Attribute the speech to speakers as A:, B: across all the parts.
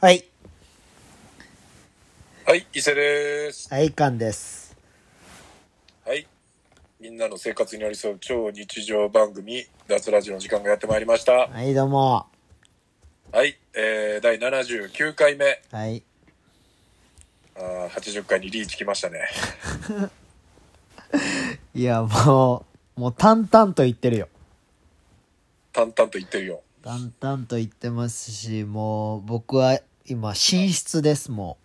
A: はい、
B: はい、伊勢です。
A: はい、カンです。
B: はい。みんなの生活に寄り添う超日常番組、脱ラジの時間がやってまいりました。
A: はい、どうも。
B: はい、えー、第79回目、
A: はい。
B: あー80回にリーチ来ましたね。
A: いや、もう、もう淡々と言ってるよ。
B: 淡々と言ってるよ。
A: 淡々と言ってますし、もう、僕は今、寝室です、も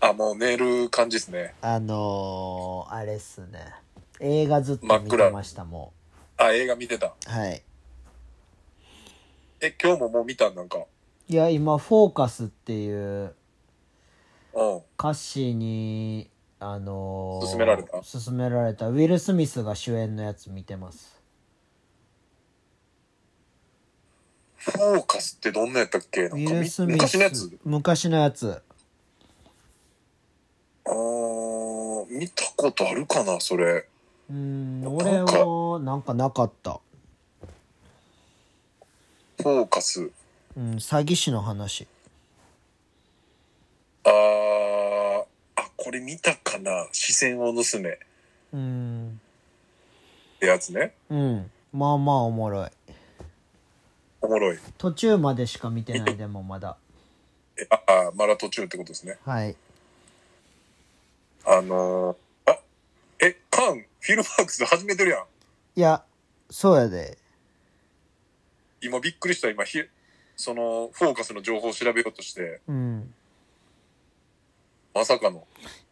B: あ、もうメール感じですね。
A: う。あのー、あれっすね。映画ずっと見てました、も
B: あ、映画見てた。
A: う。はい。
B: え、今日ももう見たんなんか。
A: いや、今、フォーカスっていう、
B: うん。
A: 歌詞に、あのー、
B: 勧められた
A: 勧められた、ウィル・スミスが主演のやつ見てます。
B: フォーカスってどんなやったっけな
A: ウ
B: ん
A: ィ
B: か
A: ル・
B: み
A: スミス。
B: 昔のやつ
A: 昔のやつ。
B: あー見たことあるかな、それ。
A: うーん俺
B: なんか
A: はなんかなかった、
B: フォーカス。
A: うん、詐欺師の話
B: あー、あ、これ見たかな。視線を盗め。っ
A: うーん
B: てやつね。
A: うんまあまあおもろい
B: おもろい。
A: 途中までしか見てないでもまだ
B: えああ、まだ途中ってことですね。
A: はい
B: あのー、あ、え、カン、フィルマークス始めてるやん。
A: いやそうやで
B: 今びっくりした、今、ひその、フォーカスの情報を調べようとして、
A: うん
B: まさかの。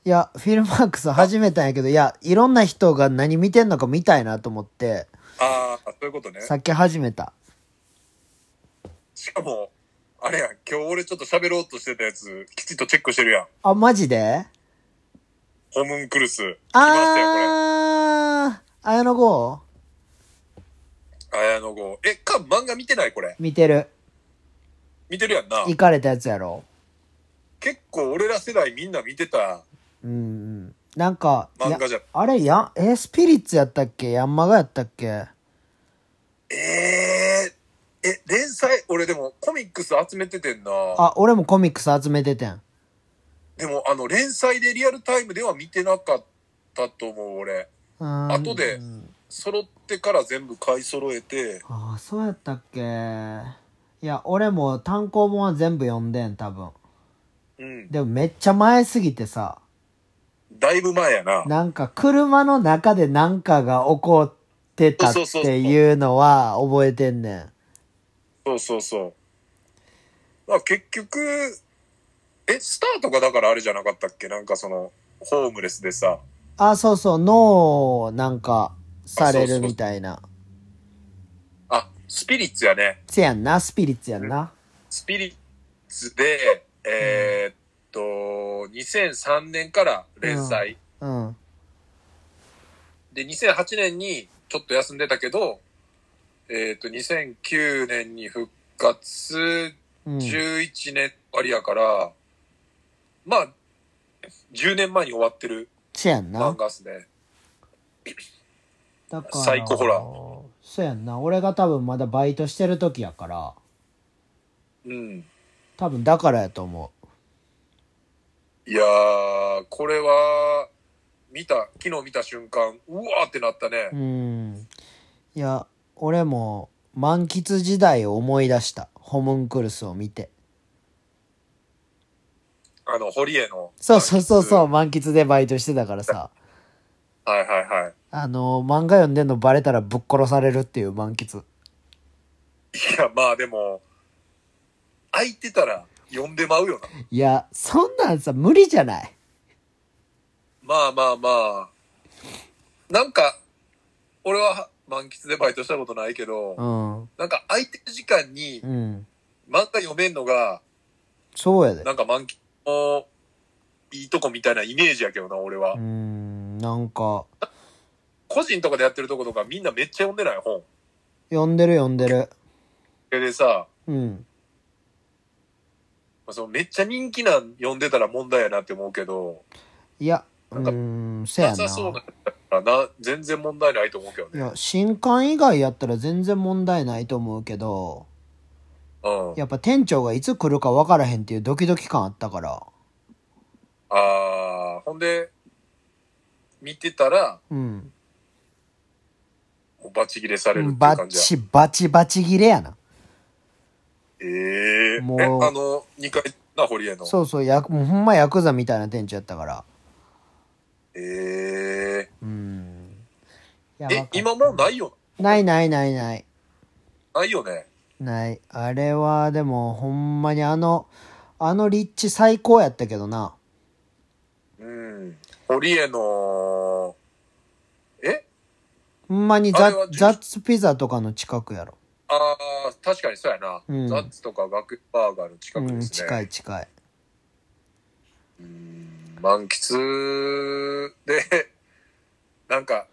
A: いやフィルマークス始めたんやけどいやいろんな人が何見てんのか見たいなと思って
B: ああ、そういうことね。
A: さっき始めた
B: しかも、あれやん、今日俺ちょっと喋ろうとしてたやつ、きちっとチェックしてるやん。
A: あマジで
B: ホムンクルス。来ましたよ、こ
A: あー綾野剛
B: れ。綾野剛。え、カン、漫画見てないこれ。
A: 見てる
B: 見てるやんな。
A: 行かれたやつやろ
B: 結構俺ら世代みんな見てた
A: うんうんなんかいや
B: 漫画じゃん。
A: あれやん、え、スピリッツやったっけヤンマガやったっけ
B: えー、え、連載、俺でもコミックス集めててんな。
A: あ、俺もコミックス集めててん。
B: でも、あの、連載でリアルタイムでは見てなかったと思う、俺。
A: あ
B: 後で揃ってから全部買い揃えて、
A: あ、そうやったっけいや、俺も単行本は全部読んでん、多分。
B: うん。
A: でもめっちゃ前すぎてさ、
B: だいぶ前やな。
A: なんか車の中でなんかが起こってたっ
B: そうそうそう
A: ていうのは覚えてんねん。
B: そうそうそう。まあ結局、え、スタートがだからあれじゃなかったっけなんかその、ホームレスでさ。
A: あ、そうそう、脳なんかされるみたいな。
B: あ、スピリッツやね。
A: せやんな、スピリッツやんな。
B: スピリッツで、えーっと、2003年から連載。
A: うん。
B: で、2008年にちょっと休んでたけど、えっ、と、2009年に復活、
A: うん。
B: 11年ありやから、まあ、10年前に終わってる
A: せやんな。
B: 漫画っすね。
A: だから
B: サイコホラー
A: そうやんな俺が多分まだバイトしてる時やから
B: うん。
A: 多分だからやと思
B: いやー、これは、見た、昨日見た瞬間、うわーってなったね
A: うう。んいや俺も満喫時代を思い出したホムンクルスを見て
B: あの、堀江の。
A: そうそうそうそう満喫でバイトしてたからさ
B: う。はいはいはい。
A: あの漫画読んでんのバレたらぶっ殺されるっていう満喫
B: いや、まあでも、空いてたら呼んでまうよな。
A: いやそんなんさ無理じゃない
B: まあまあまあ。なんか、俺は満喫でバイトしたことないけど、
A: うん
B: なんか空いてる時間に
A: うん
B: 漫画読めんのが、
A: そうやで
B: なんか満喫のいいとこみたいなイメージやけどな、俺は
A: う。んなんか
B: 個人とかでやってるとことかみんなめっちゃ読んでない本。
A: 読んでる読んでる
B: それでさ、
A: うん
B: そのめっちゃ人気なん読んでたら問題やなって思うけど、
A: いやう
B: なんか
A: んせや
B: な
A: な
B: さそうなんだったらな、全然問題ないと思うけど
A: い
B: ね。
A: や、新刊以外やったら全然問題ないと思うけど、
B: うん。
A: やっぱ店長がいつ来るか分からへんっていうドキドキ感あったから。
B: あー、ほんで、見てたら、
A: うん。
B: もうバチ切れされるっていう
A: バ
B: 感じや。
A: チバチバチ切れやな。
B: ええ
A: もう
B: え、あの、2階な、堀江の。
A: そうそう、やもうほんまヤクザみたいな店長やったから。
B: え
A: うん。やばか
B: ええ
A: っ、た
B: 今もうないよ。
A: ないないないない。
B: ないよね。
A: ない。あれはでもほんまにあの、あの立地最高やったけどな。
B: うん。堀江の、え
A: ほんまに
B: あ
A: ザ
B: れは
A: ザッツピザとかの近くやろ。
B: ああ、確かにそうやな。
A: うん
B: ザッツとかガクバーガーの近く
A: うん、
B: ですね。
A: 近い近い。
B: うん満喫で、 なんか、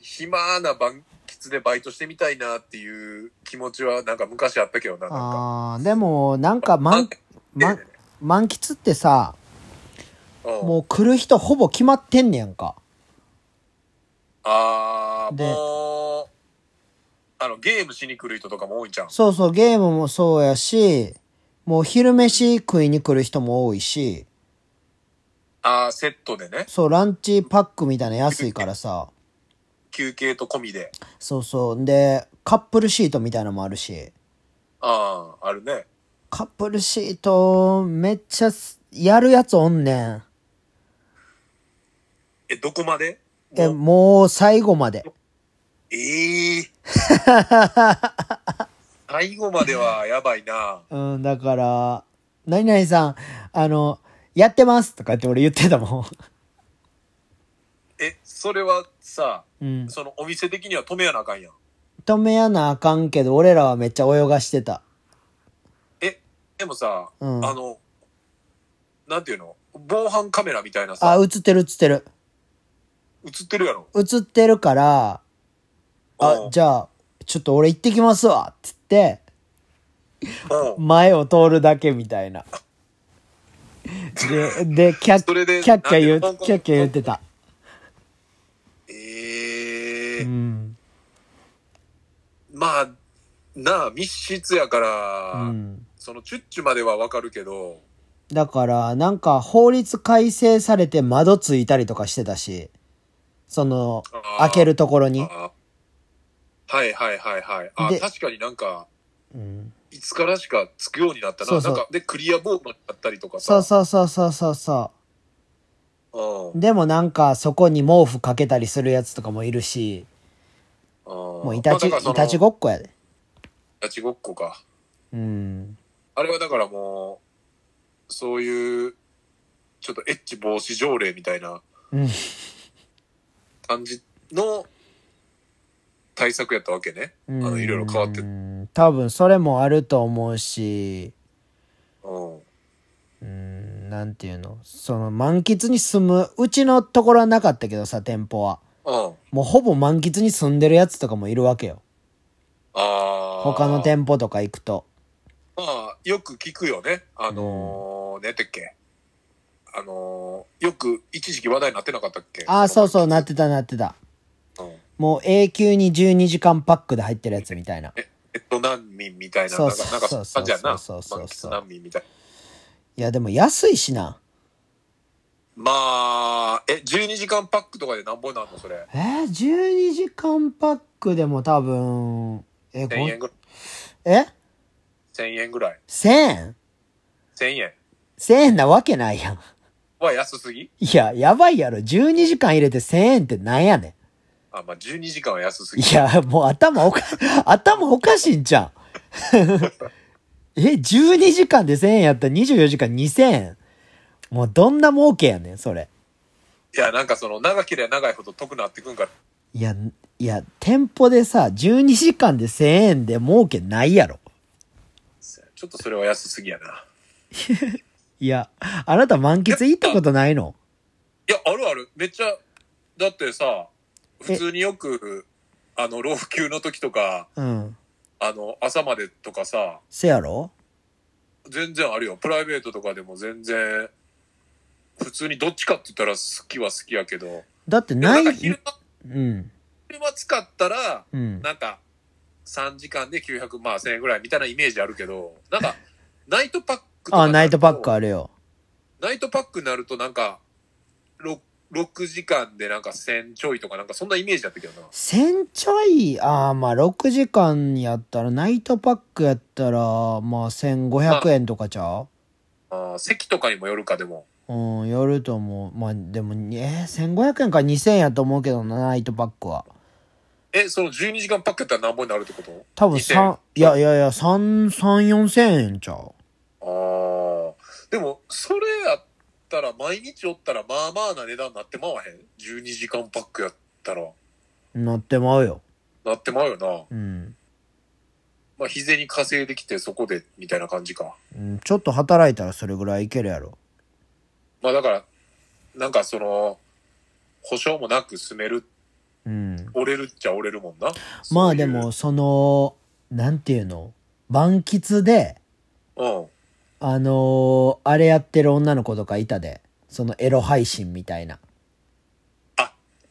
B: 暇な満喫でバイトしてみたいなっていう気持ちは、なんか昔あったけどな、なんか。
A: ああー、でもなんか満、満
B: ね、
A: 満喫ってさ、
B: うん
A: もう来る人ほぼ決まってんねやんか。
B: ああ、
A: で
B: もう、あの、ゲームしに来る人とかも多いんじゃん。
A: そうそう、ゲームもそうやし、もう昼飯食いに来る人も多いし、
B: ああ、セットでね、
A: そう、ランチパックみたいな安いからさ、
B: 休憩と込みで。
A: そうそう、で、カップルシートみたいなのもあるし、
B: ああ、あるね。
A: カップルシート、めっちゃす、やるやつおんねん。
B: え、どこまで
A: え、
B: もう
A: もう最後まで。
B: ええ 最後まではやばいな。
A: うん、だから、何々さん、あの、やってますとかって俺言ってたも
B: え、それはさ、
A: ん。うん。
B: そのお店的には止めやなあかんやん。
A: 止めやなあかんけど、俺らはめっちゃ泳がしてた。
B: え、でもさ、
A: うん
B: あの、なんていうの防犯カメラみたいな
A: あ、
B: さ、
A: 映ってる映ってる。
B: 映ってるやろ。
A: 映ってるから、あ
B: う、ん
A: じゃあ、ちょっと俺行ってきますわっつって、
B: うん
A: 前を通るだけみたいな。で、で、キャッ、
B: それで
A: キャッキャ言う、
B: なんで
A: キャッキャ言ってた。
B: ええ
A: うん。
B: まあ、なあ、密室やから、
A: うん。
B: そのチュッチュまではわかるけど、
A: だから、なんか法律改正されて窓ついたりとかしてたし、その
B: あ、ー
A: 開けるところに。
B: あはいはいはいはい。あ
A: で、
B: 確かになんか、
A: うん、
B: いつからしかつくようになったな。
A: そうそう
B: なんか、で、クリアボールだったりとか
A: そう
B: さ。
A: そうそうそうそうそうう。
B: ん。
A: でもなんかそこに毛布かけたりするやつとかもいるし、
B: も
A: もういたち、いたちごっこやで。
B: いたちごっこか。
A: うん。
B: あれはだからもう、そういう、ちょっとエッチ防止条例みたいな
A: うん。
B: 感じの対策やったわけね。
A: う
B: あの、
A: ん
B: いろいろ変わって。うん。
A: 多分それもあると思うし、うん、なんていうの、その満喫に住む、うちのところはなかったけどさ、店舗は。
B: うん。
A: もうほぼ満喫に住んでるやつとかもいるわけよ。
B: あー
A: 他の店舗とか行くと。
B: まあ、よく聞くよね。あのー、何やったっけ。あのー、よく一時期話題になってなかったっけ
A: ああ、そうそう、なっ
B: って
A: たなってた。
B: うん。
A: もう永久に12時間パックで入ってるやつみたいな。
B: えネット難民みたいな、
A: そ
B: なん
A: う
B: か、
A: そう
B: なんかそんな感じやな。
A: そうそうそうそう
B: 満喫難民みたいな。
A: いや、でも安いしな。
B: まあ、え、12時間パックとかでなんぼなんのそれ。
A: えー、12時間パックでも多分、え、
B: 1000円
A: 5、
B: ぐらい。
A: え
B: 1000円ぐらい。
A: ?1000 円
B: 1000円
A: ?1000 円なわけないやん。
B: は安すぎ
A: いや、やばいやろ。12時間入れて1000円ってなんやね
B: あ、まあ、12時間は安す
A: ん。
B: ぎ
A: い。や、もう頭おか、 頭おかしいんじゃん。 え、12時間で1000円やったら24時間2000円。もうどんな儲けやねん、それ。
B: いや、なんかその、長ければ長いほど得なってくんから。
A: いや、いや、店舗でさ、12時間で1000円で儲けないやろ。
B: ちょっとそれは安すぎやな。
A: いや、あなた満喫行ったことないの
B: いや、あるある。めっちゃ、だってさ、普通によく、あの、老朽の時とか、
A: うん。
B: あの、朝までとかさ、
A: せやろ
B: 全然あるよ。プライベートとかでも全然、普通にどっちかって言ったら好きは好きやけど、
A: だって
B: でも
A: ない
B: んか、昼間、
A: うん、
B: 昼間使ったら、
A: うん。
B: なんか、 3時間で900、まあ1000円ぐらいみたいなイメージあるけど、なんか、ナイトパックとか
A: あ、ナイトパックあ
B: る
A: るよ。
B: と。ナイトパックになるとなんか、6, 6時間でなんか1000ちょいとかなんかそんなイメージだったけどな。
A: 1000ちょい、ああ、まあ6時間やったら、ナイトパックやったら、まあ1500円とかちゃ
B: あー席とかにもよるかでも。
A: ううん、やると思う。まあでも、えー、1500円か2000円やと思うけどな、ナイトパックは。
B: え、その12時間パックやったら何本になるってこと
A: 多分三いやいやいや、三三四千円ちゃう。
B: ああ。でも、それやったら、毎日おったら、まあまあな値段なってまわへん ?12 時間パックやったら、
A: なってまうよ。
B: なってまうよな。
A: うん。
B: まあ、日銭稼いできて、そこで、みたいな感じか。
A: うんちょっと働いたらそれぐらいいけるやろ。
B: まあ、だから、なんかその、保証もなく住める、
A: うん。
B: 折れるっちゃ折れるもんな。
A: ま
B: そう
A: あ
B: いう
A: でも、、その、なんていうの満喫で、
B: うん。
A: あのーあれやってる女の子とかいたで。そのエロ配信みたいな。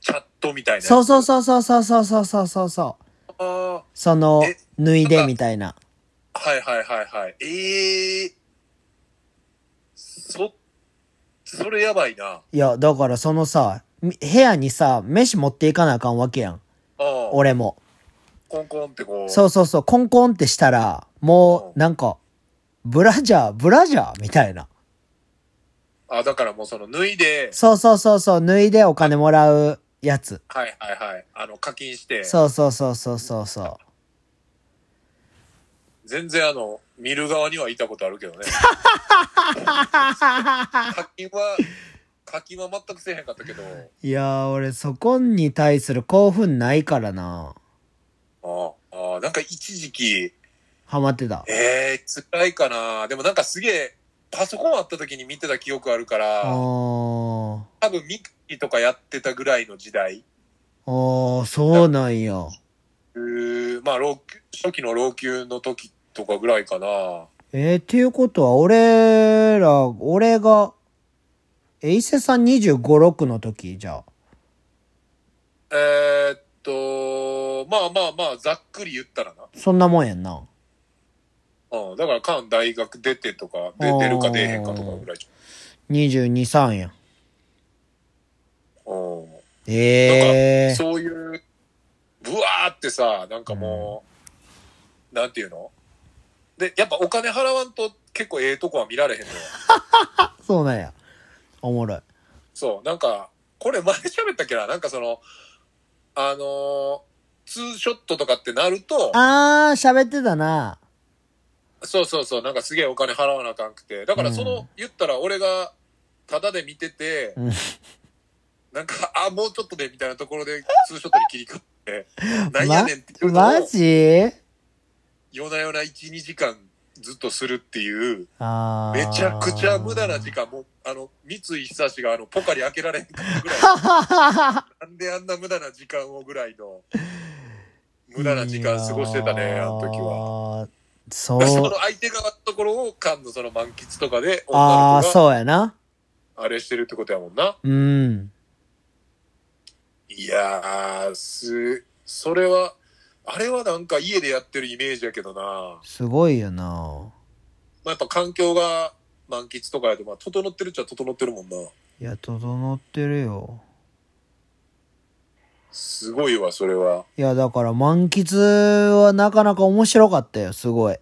B: チャットみたいなやつ。
A: そうそうそうそうそうそうそうそうそうそう。
B: あ
A: その
B: え、
A: 脱いでみたいな。
B: あ、はいはいはいはい。ええそ、それやばいな。
A: いや、だからそのさ、み部屋にさ、飯持っていかなあかんわけやん。
B: うん。
A: 俺も。
B: コンコンってこう。
A: そうそうそう、コンコンってしたら、もう、なんか、ブラジャー、ブラジャーみたいな。
B: あ、だからもうその脱いで、
A: そうそうそうそう、脱いでお金もらうやつ。
B: はいはいはい。あの、課金して、
A: そうそうそうそうそうそ
B: 全然あの、見る側にはいたことあるけど ね。課金は、課金は全くせえへんかったけど、
A: う。いやー、俺、そこに対する興奮ないからな。
B: ああ、ああなんか一時期、
A: ハマってた。
B: ええ辛いかな。でもなんかすげえ、パソコンあった時に見てた記憶あるか
A: あ
B: ら、
A: ー。
B: 多分ミクティとかやってたぐらいの時代。
A: あー、そうなんや。
B: うーまあ、老朽初期の老朽の時とかぐらいかな。
A: えー、っていうことは、俺ら、俺が、え、伊勢さん25、6の時じゃあ。
B: えーっと、まあまあまあ、ざっくり言ったらな。
A: そんなもんやんな。
B: うん、だから、関大学出てとか、で
A: あー
B: 出るか出えへんかとかぐらいじ
A: 22、3やん。
B: ゃん。う
A: ええ
B: ん。そういう、ぶわーってさ、なんかもう、なんていうので、やっぱお金払わんと結構ええとこは見られへんのよ。
A: そうなんや。おもろい。
B: そう、なんか、これ前喋ったっけななんかその、あのーツーショットとかってなると、
A: あー、喋ってたな。
B: そうそうそう、なんかすげえお金払わなあかんくて。だからその、
A: うん
B: 言ったら俺が、タダで見てて、
A: うん
B: なんか、あ、もうちょっとで、みたいなところで、ツーショットに切り替 えて、なんやねんっていうの
A: マ
B: を、
A: ジ
B: 夜な夜な1、2時間ずっとするっていう、
A: あ
B: め
A: ー。
B: ちゃくちゃ無駄な時間、もう、あの、三井久志があの、ポカリ開けられへんかったぐ らい、
A: 間。
B: なんであんな無駄な時間をぐらいの、無駄な時間過ごしてたね、あの時は。
A: は。
B: そ
A: そう
B: の。相手側のところを、缶のその満喫とかで、
A: あー、
B: 女の子が、
A: そうやな。
B: あれしてるってことやもんな。
A: うん。
B: いやー、す、それは、あれはなんか家でやってるイメージやけどな。まあ、
A: すごいよな。
B: やっぱ環境が満喫とかやと、まあ、整ってるっちゃ整ってるもんな。
A: いや、整ってるよ。
B: すごいわ、それは。
A: いや、だから満喫はなかなか面白かったよ、すごい。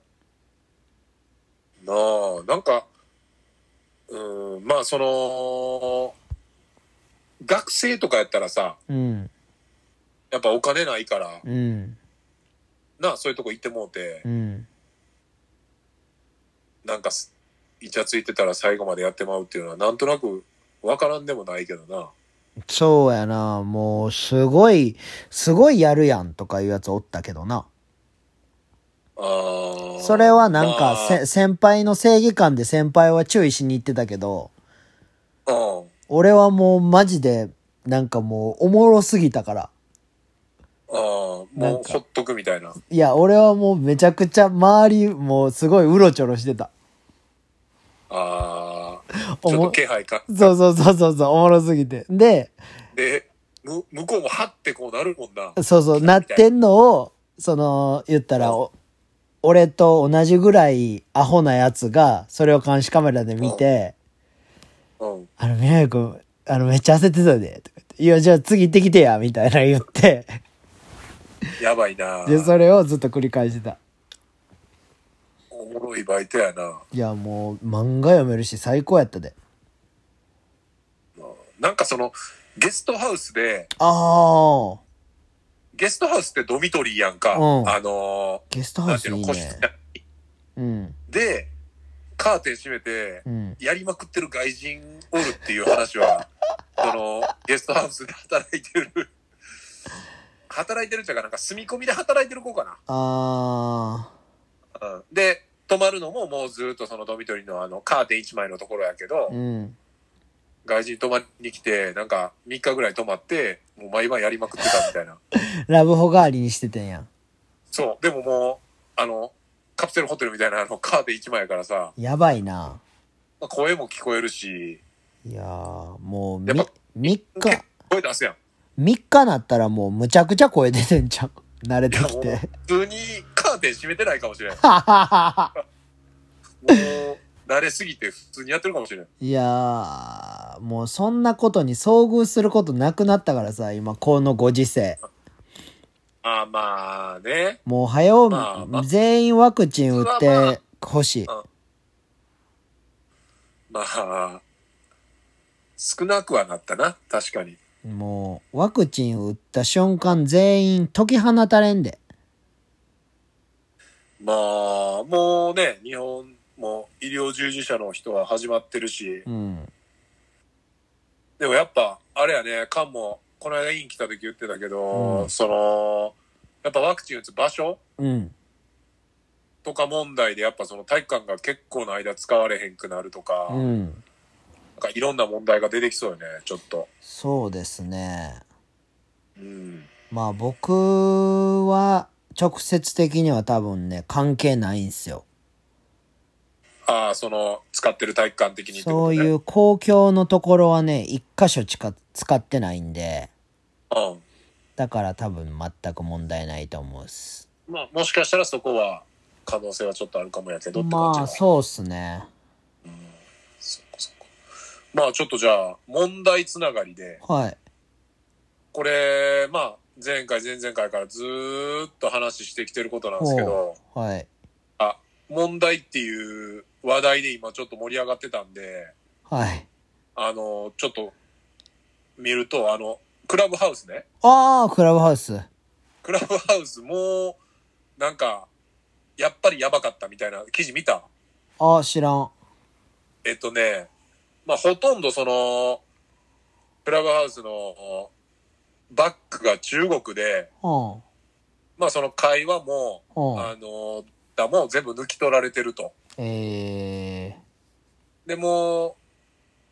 B: なあ、なんか、うん、まあ、その、学生とかやったらさ、
A: うん。
B: やっぱお金ないから、
A: うん。
B: なあ、そういうとこ行ってもうて
A: う、ん。
B: なんかす、イチャついてたら最後までやってまうっていうのは、なんとなくわからんでもないけどな。
A: そうやな。もう、すごい、すごいやるやんとかいうやつおったけどな。
B: あー
A: それはなん
B: ま
A: か、
B: あ
A: せ先輩の正義感で先輩は注意しに行ってたけど、
B: うん。
A: 俺はもうマジで、なんかもうおもろすぎたから。
B: ああ、もう
A: なんか
B: ほっとくみたいな。
A: いや、俺はもうめちゃくちゃ周り、もうすごいうろちょろしてた。
B: ああ、ちょっ
A: お
B: と
A: も
B: 気配か。
A: そうそうそうそうそう、おもろすぎて。で、
B: で、む向こうもはってこうなるもんな。
A: そうそう、なってんのを、その、言ったら、お俺と同じぐらいアホなやつが、それを監視カメラで見て、
B: うん。
A: あの、みなみくん、あの、めっちゃ焦ってたで、とか言って、いや、じゃあ次行ってきてや、みたいな言って、
B: やばいな
A: で、それをずっと繰り返してた。
B: おもろいバイトやない
A: や、もう、漫画読めるし、最高やったで。
B: なんかその、ゲストハウスで、
A: ああ、
B: ゲストハウスってドミトリーやんか。
A: うん
B: あの
A: ゲスト
B: ー、
A: ハ
B: な
A: ウ
B: んて
A: ス
B: い
A: いうい
B: の、個室
A: ね。うん、
B: で、カーテン閉めて
A: う、ん。
B: やりまくってる外人おるっていう 話は、その、ゲストハウスで働いてる、働いてるっていうか、なんか住み込みで働いてる子かな。
A: あ
B: うんで、泊まるのももうずっとそのドミトリーのあのカーテン1枚のところやけ
A: あ、
B: ど、
A: うん。
B: 外人泊まりに来て、なんか3日ぐらい泊まって、もう毎晩やりまくってたみたいな。
A: ラブホ代わりにしててんやん。
B: そう、でももう、あの、カプセルホテルみたいなあのカーテン1枚やからさ、
A: やばいな。
B: まあ声も聞こえるし、
A: いやー、もう
B: やっ
A: み、3日、
B: 声出すやん。
A: 3日なったらもうむちゃくちゃ声出てんじゃん。 慣れてき
B: いや
A: て。
B: 普通にカーテン閉めてないかもしれない。もう、慣れすぎて普通にやってるかもしれない。
A: いやー、もうそんなことに遭遇することなくなったからさ、今、このご時世。
B: あーまあね。
A: もう早う、
B: まあまあ
A: 全員ワクチン打っ
B: それはまあ
A: てほしい。
B: まあ、少なくはなったな。確かに。
A: もう、ワクチン打った瞬間全員解き放たれんで。
B: まあ、もうね、日本も医療従事者の人は始まってるし、
A: うん。
B: でもやっぱ、あれやね、菅も、この間院来た時言ってたけど、
A: うん
B: その、やっぱワクチン打つ場所
A: うん。
B: とか問題で、やっぱその体育館が結構の間使われへんくなるとか、
A: う
B: なん
A: ん。
B: かいろんな問題が出てきそうよね、ちょっと。
A: そうですね。
B: うん。
A: まあ僕は直接的には多分ね、関係ないんすよ。
B: ああ、その、使ってる体育館的にってこ
A: そ
B: と
A: う
B: ね。
A: いう公共のところはね、一箇所しか使ってないんで、
B: うん。
A: だから多分全く問題ないと思うっす。
B: まあ、もしかしたらそこは、可能性はちょっとあるかもやけどって感
A: ま
B: じや
A: あそうっすね。
B: そっかそっかまあ、ちょっとじゃあ、問題つながりで、
A: はい。
B: これ、まあ、前回、前々回からずーっと話してきてることなんですけど、
A: はい。
B: あ、問題っていう話題で今ちょっと盛り上がってたんで、
A: はい。
B: あの、ちょっと、見ると、あの、クラブハウスね。
A: ああ、クラブハウス。
B: クラブハウスもう、なんか、やっぱりやばかったみたいな記事見た
A: ああ、知らん。
B: えっとね、まあ、ほとんどその、クラブハウスのバックが中国で、
A: うん。うん。
B: まあ、その会話も、あの、だも全部抜き取られてると。
A: えー、
B: でも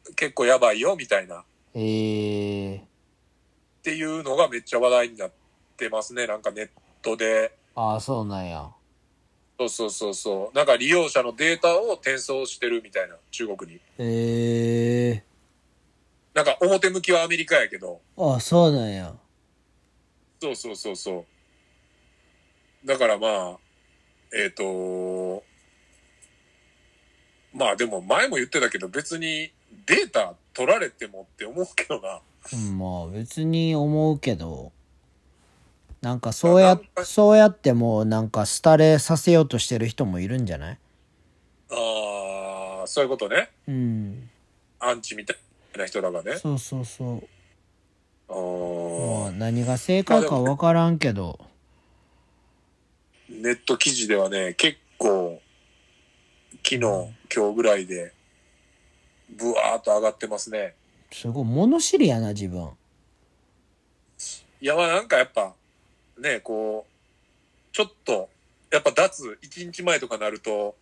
B: う、結構やばいよ、みたいな。っ
A: えー、
B: ていうのがめっちゃ話題になってますね。なんかネットで。
A: ああ、そうなんや。
B: そうそうそうそう。なんか利用者のデータを転送してるみたいな、中国に。
A: え
B: なんか表向きはアメリカやけど。
A: ー、ああ、そうなんや。
B: そうそうそうそう。だからまあ、えっ、と、まあでも前も言ってたけど別にデータ取られてもって思うけどな。
A: うんまあ別に思うけど、なんかそうや
B: なんか、
A: そうやってもうなんか廃れさせようとしてる人もいるんじゃない
B: ああ、そういうことね。
A: うん。
B: アンチみたいな人だからね。
A: そうそうそう。
B: あ
A: まあ
B: ー
A: 何が正解かわからんけど、
B: ネット記事ではね、結構、昨日、今日ぐらいで、ブワーっと上がってますね。
A: すごい物知りやな、自分。
B: いや、まあなんかやっぱ、ね、こう、ちょっと、やっぱ脱、1日前とかなると、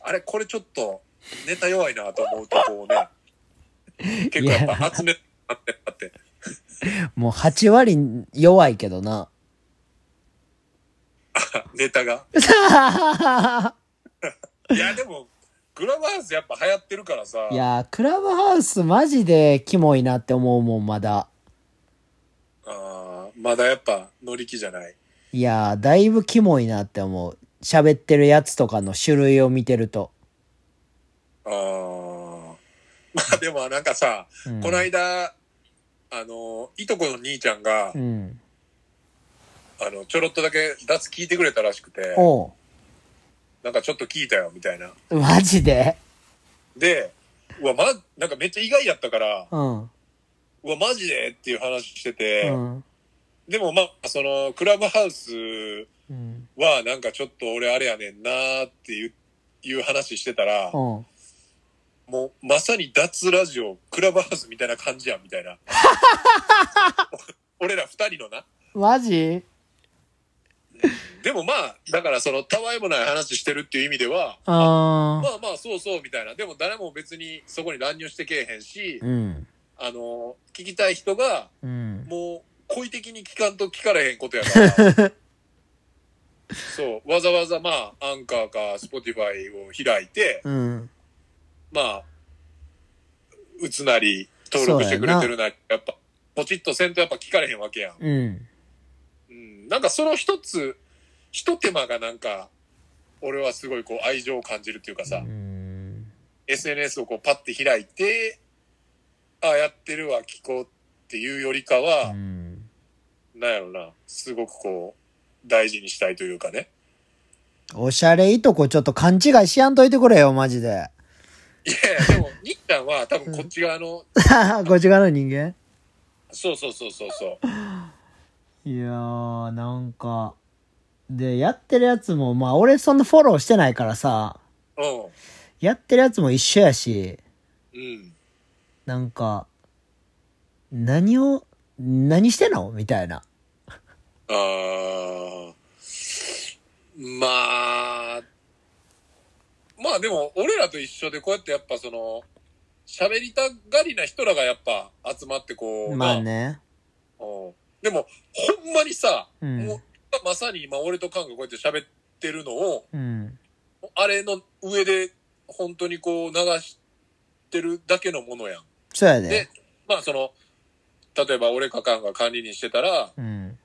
B: あれ、これちょっと、ネタ弱いなと思うと、こうね、結構やっぱ集め、あって、あって。
A: もう8割弱いけど な。
B: ネタが。いや、でも、グラバースやっぱ流行ってるからさ、
A: いやー、クラブハウスマジでキモいなって思うもん、まだ。
B: あーまだやっぱ乗り気じゃない。
A: いやー、だいぶキモいなって思う。喋ってるやつとかの種類を見てると。
B: あー まあでもなんかさ、
A: うん、
B: この間、あの、いとこの兄ちゃんが、
A: うん。
B: あの、ちょろっとだけ脱聞いてくれたらしくて、
A: お
B: なんかちょっと聞いたよ、みたいな。
A: う。マジで
B: で、うわ、ま、なんかめっちゃ意外やったから、
A: うん。
B: うわ、マジでっていう話して
A: う
B: て、
A: ん。
B: でもまあ、その、クラブハウス
A: うん。
B: はなんかちょっと俺あれやねんなーっていう、いう話してたら、
A: うん。
B: もうまさに脱ラジオ、クラブハウスみたいな感じやん、みた いな。俺ら二人のな。
A: マジ
B: でもまあ、だからその、たわいもない話してるっていう意味では、
A: あ
B: まあまあ、そうそう、みたいな。でも誰も別にそこに乱入してけえへんし
A: ー。、うん。
B: あの、聞きたい人が、
A: うん。
B: もう、故意的に聞かんと聞かれへんことやから。 そう、わざわざまあ、アンカーか、スポティファイを開いて、
A: うん。
B: まあ、打つなり、登録してくれてるなり、やっぱ、ポチッとせんとやっぱ聞かれへんわけやん。
A: うん。
B: うん、なんかその一つ、一手間がなんか、俺はすごいこう愛情を感じるっていうかさ、
A: うん。
B: SNS をこうパッて開いて、ああ、やってるわ、聞こうっていうよりかは、
A: うん
B: なんやろな、すごくこう、大事にしたいというかね。
A: おしゃれいとこちょっと勘違いしやんといてくれよ、マジで。
B: いやいや、でも、にっちゃんは多分こっち側の、
A: こっち側の人間
B: そうそうそうそうそう。
A: いやー、なんか。で、やってるやつも、まあ俺そんなフォローしてないからさ、やってるやつも一緒やし、
B: うん。うん。
A: なんか、何を、何してんのみたいな。
B: あーまあ、まあでも、俺らと一緒でこうやってやっぱその、喋りたがりな人らがやっぱ集まってこう、
A: まあ
B: な
A: ね。
B: うんでも、ほんまにさ、
A: うん
B: もう、まさに今俺とカンがこうやって喋ってるのを、
A: うん。
B: あれの上で本当にこう流してるだけのものやん。
A: そうやで
B: で。、まあその、例えば俺かカンが管理人してたら、
A: うん。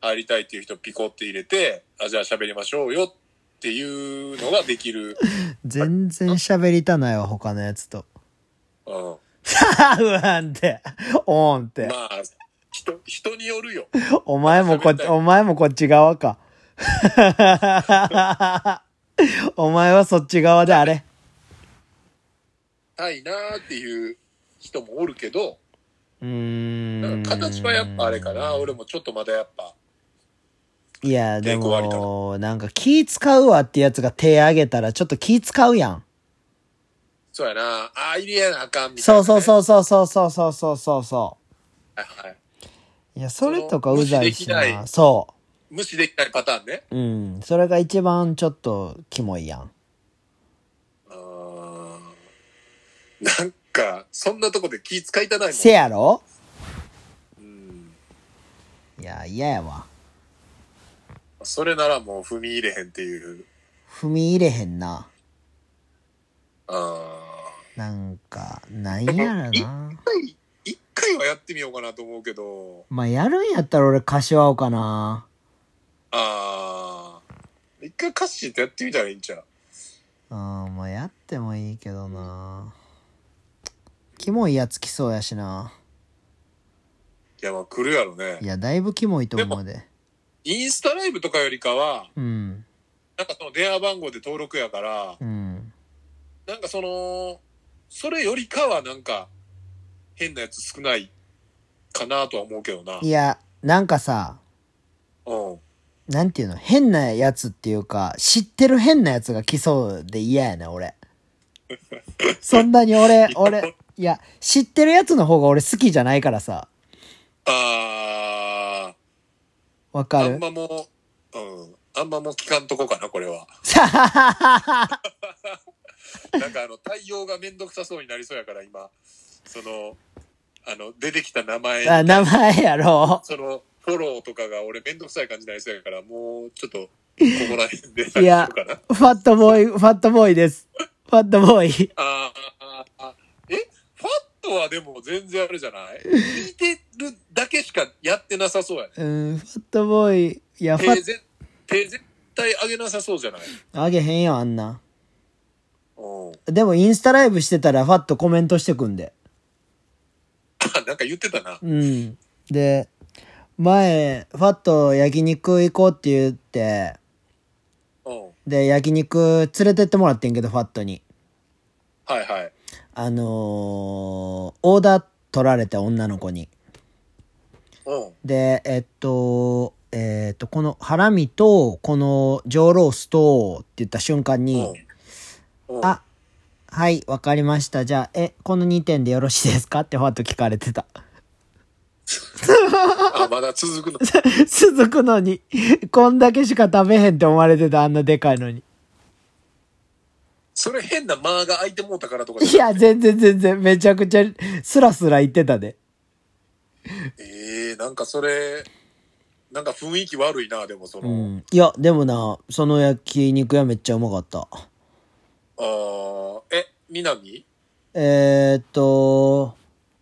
B: 入りたいっていう人ピコって入れて、あ、じゃあ喋りましょうよっていうのができ る。
A: 全然喋りたないわ、他のやつ と。
B: うん。ま
A: うわんって。おーんって。
B: あ、人、人によるよ。
A: お前もこっ
B: 喋り
A: ち、
B: たい
A: お前もこっち側か。 お前はそっち側であれ。
B: たいなーっていう人もおるけど、
A: うー
B: なん
A: ん。
B: か形はやっぱあれかな。俺もちょっとまだやっぱ。
A: いや、で
B: 抵抗あり
A: も、なんか気使うわってやつが手挙げたらちょっと気使うやん。
B: そうやな。あー入れやなあかんみたいな
A: そ
B: ね、
A: うそうそうそうそうそうそうそうそう
B: はいはい。
A: いや、それとかうざいし
B: その無視できな
A: な。
B: い
A: そ
B: 無視できないパターンね。
A: う。うん。それが一番ちょっとキモいやん。
B: あーなんか、そんなとこで気使いたないもん。
A: せやろ
B: うん。
A: いや、嫌やわ。
B: それならもう踏み入れへんっていう。
A: 踏み入れへんな。
B: あー
A: なんか、なんやろな。
B: 一回一回はやってみようかなと思うけど、
A: まあ、やるんやったら俺柏尾かな。
B: あー、一回カッシーとやってみたらいいんちゃう
A: うん、まあ、やってもいいけどな。キモいやつ来そうやしな。
B: いや、まあ来るやろね
A: い。や、だいぶキモいと思うで。
B: インスタライブとかよりかは、
A: うん。
B: なんかその電話番号で登録やから、
A: うん。
B: なんかその、それよりかはなんか、変なやつ少ないかなとは思うけどな。
A: いや、なんかさ、
B: うん。
A: なんていうの変なやつっていうか、知ってる変なやつが来そうで嫌やね、俺。 そんなに 俺、俺、いや、知ってるやつの方が俺好きじゃないからさ。
B: あ
A: わ
B: ー、
A: か
B: あん
A: る
B: まもう、うん。あんまもう聞かんとこかな、これは。 なんかあの、対応がめんどくさそうになりそうやから、今。その、あの、出てきた名前
A: あ名前やろ。
B: そのフォローとかが俺めんどくさい感じになりそうやから、もうちょっと、ここら辺で
A: いや
B: しようかな。
A: ファットボーイ、ファットボーイです。ファットボーイ。
B: あーあー、あーえファットはでも全然あれじゃない聞いてるだけしかやってなさそうやね。
A: うん、ファットボーイ、いや、ファ
B: 手
A: ッ、
B: ぜ手絶対上げなさそうじゃない。
A: あげへんよ、あんな。
B: うん。
A: でも、インスタライブしてたら、ファッとコメントしてくんで。
B: あ、なんか言ってたな。
A: うん。で、前、ファッと焼肉行こうって言って、
B: うん。
A: で、焼肉連れてってもらってんけど、ファットに。
B: はいはい。
A: あのー、オーダー取られて、女の子に。
B: うん。
A: で、えっと、えっと、このハラミと、この上ロースと、って言った瞬間に、
B: うん。うん、
A: あ、はい、わかりました。じゃあ、え、この2点でよろしいですかってファット聞かれてた。
B: あ、まだ続くの。
A: 続くのに、こんだけしか食べへんって思われてた、あんなでかいのに。
B: それ変な間が空いてもうたからとか
A: い
B: じゃ
A: や、全然全然、めちゃくちゃ、スラスラ言ってたで。
B: ない。ええなんかそれ、なんか雰囲気悪いな、でもその、
A: うん。いや、でもな、その焼肉屋めっちゃうまかった。
B: あーえ、南
A: えー、っと、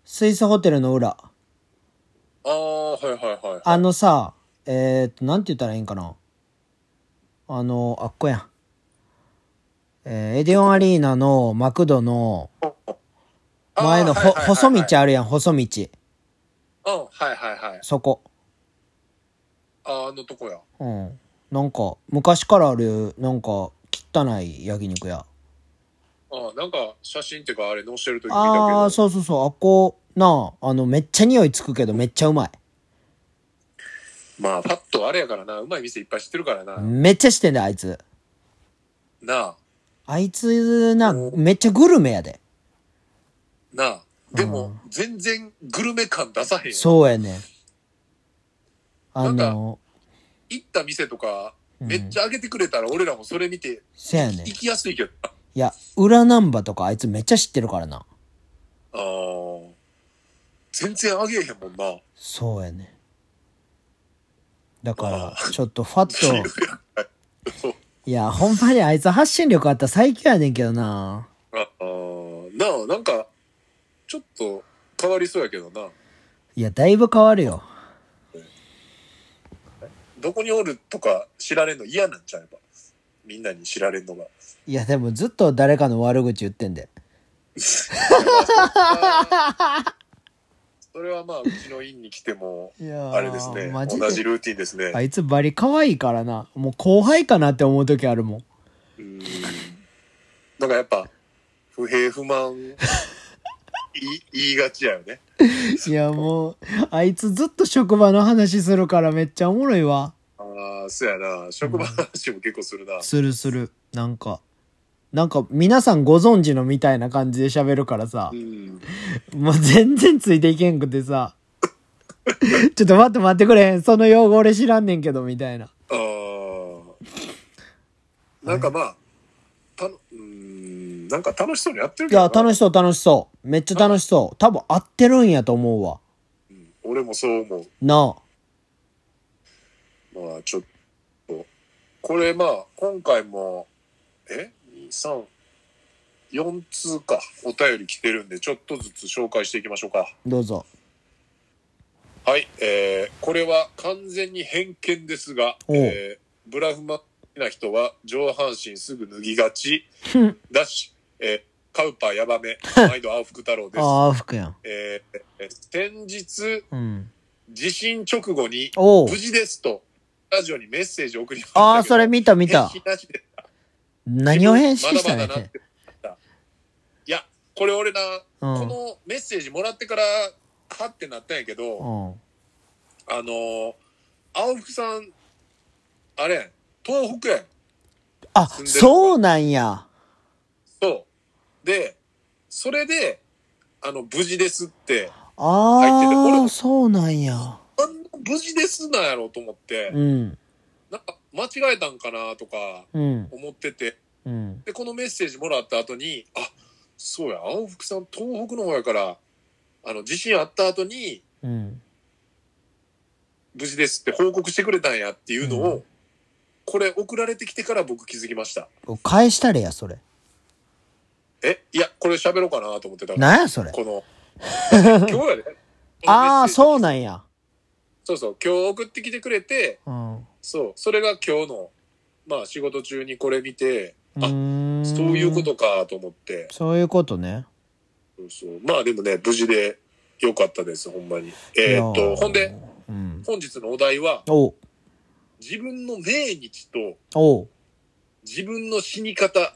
A: スイスホテルの裏。
B: ああ、はいはいはい。
A: あのさ、えー、っと、なんて言ったらいいんかな。あの、あっこやん。えーエディオンアリーナのマクドの
B: あー
A: 前のほ、
B: はいはいはいはい
A: 細道あるやん、細道。
B: うん、はいはいはい。
A: そこ。
B: ああのとこや。
A: うん。なんか、昔からある、なんか、汚い焼肉屋。
B: あなんか写真っていうかあれ載してる時見たけど。
A: ああ、そうそうそう、あっこ、なあ、あの、めっちゃ匂いつくけど、めっちゃうまい。
B: まあ、パッとあれやからな、うまい店いっぱい知ってるからな。
A: めっちゃしてんだよ、あいつ。
B: なあ、
A: あいつ、な、
B: う
A: めっちゃグルメやで。
B: なあ。でも、全然グルメ感出さへんやん。
A: そうやねん。あ
B: なんか
A: の、
B: 行った店とか、
A: うん
B: めっちゃ上げてくれたら俺らもそれ見て、
A: せやねん。
B: 行きやすいけどな。
A: いや、裏ナンバーとかあいつめっちゃ知ってるからな。
B: あー全然上げへんもんな。
A: そうやね。だから
B: あ、
A: ちょっとファッと、
B: そう
A: いや、ほんまにあいつ発信力あったら最強やねんけどな。
B: ああーなあ、なんか、ちょっと変わりそうやけどな。
A: いや、だいぶ変わるよ。
B: どこにおるとか知られんの嫌なんちゃうやっぱみんなに知られんのが。
A: いや、でもずっと誰かの悪口言ってんで。
B: それはまあ、うちの院に来て も、
A: いやー
B: あれですね。
A: マジで
B: 同じルーティンですね。
A: あいつバリ可愛いからな。もう後輩かなって思う時あるもん。
B: うーん。なんかやっぱ、不平 不満、い言いがちやよね。
A: いや、もう、あいつずっと職場の話するからめっちゃおもろいわ。
B: ああ、そうやな。職場の話も結構するな。
A: するする。なんか、なんか皆さんご存知のみたいな感じで喋るからさ
B: う。ん。
A: もう全然ついていけんくてさ。ちょっと待って待ってくれへん。その用語俺知らんねんけど、みたいな。
B: ああ。なんかまあ、たの、うーん、なんか楽しそうにやってる
A: い
B: けどな。
A: や、楽しそう楽しそう。めっちゃ楽しそう。多分合ってるんやと思うわ。
B: うん俺もそう思う。
A: なあ。
B: まあちょっと、これまあ今回も、え ?2、3、4通か、お便り来てるんで、ちょっとずつ紹介していきましょうか。
A: どうぞ。
B: はい、えー、これは完全に偏見ですが、
A: おう
B: えー、ブラフマ好きな人は上半身すぐ脱ぎがち
A: ん、
B: だし、えー、カウパーヤ バめ、毎度青福太郎です。
A: ああ、福やん。
B: えーえー先日、
A: うん。
B: 地震直後に、
A: おう
B: 無。事ですと、ラジオにメッセージを送りましたけど。
A: ああ、それ見た見た
B: 返。信なしで
A: 何を返信したんや
B: まだまだな
A: っ
B: っ
A: け
B: ていや、これ俺な、
A: うん
B: このメッセージもらってから、はってなったんやけど、
A: うん。
B: あのー青福さん、あれ、東北やん。
A: あ、
B: 住んでる
A: そうなんや。
B: そう。で、それで、あの、無事ですって、入ってて
A: あ
B: 俺
A: あ、
B: も
A: そうなんや。
B: あんな無事ですなんやろうと思って、
A: うん。
B: なんか間違えたんかなとか
A: うん。
B: 思ってて、
A: うん。
B: で、このメッセージもらった後に、あ、そうや、青福さん東北の方やから、あの、地震あった後に、
A: うん。
B: 無事ですって報告してくれたんやっていうのを、
A: うん
B: これ送られてきてから僕気づきました。
A: 返したれや、それ。
B: え、いや、これ喋ろうかなと思ってたから
A: なんや、それ。
B: この、今日やで。
A: ああ、
B: う。
A: そうなんや。
B: そうそう、今日送ってきてくれて、
A: うん。
B: そう、それが今日の、まあ仕事中にこれ見て、
A: う
B: あ
A: ーん
B: そういうことかと思って、
A: そういうことね。
B: そうそうまあでもね、無事でよかったです、ほんまに。えーっ
A: いや
B: と、ほんで、、
A: うん。
B: 本日のお題は、
A: おう、
B: 自分の命日と
A: おう、
B: 自分の死に方、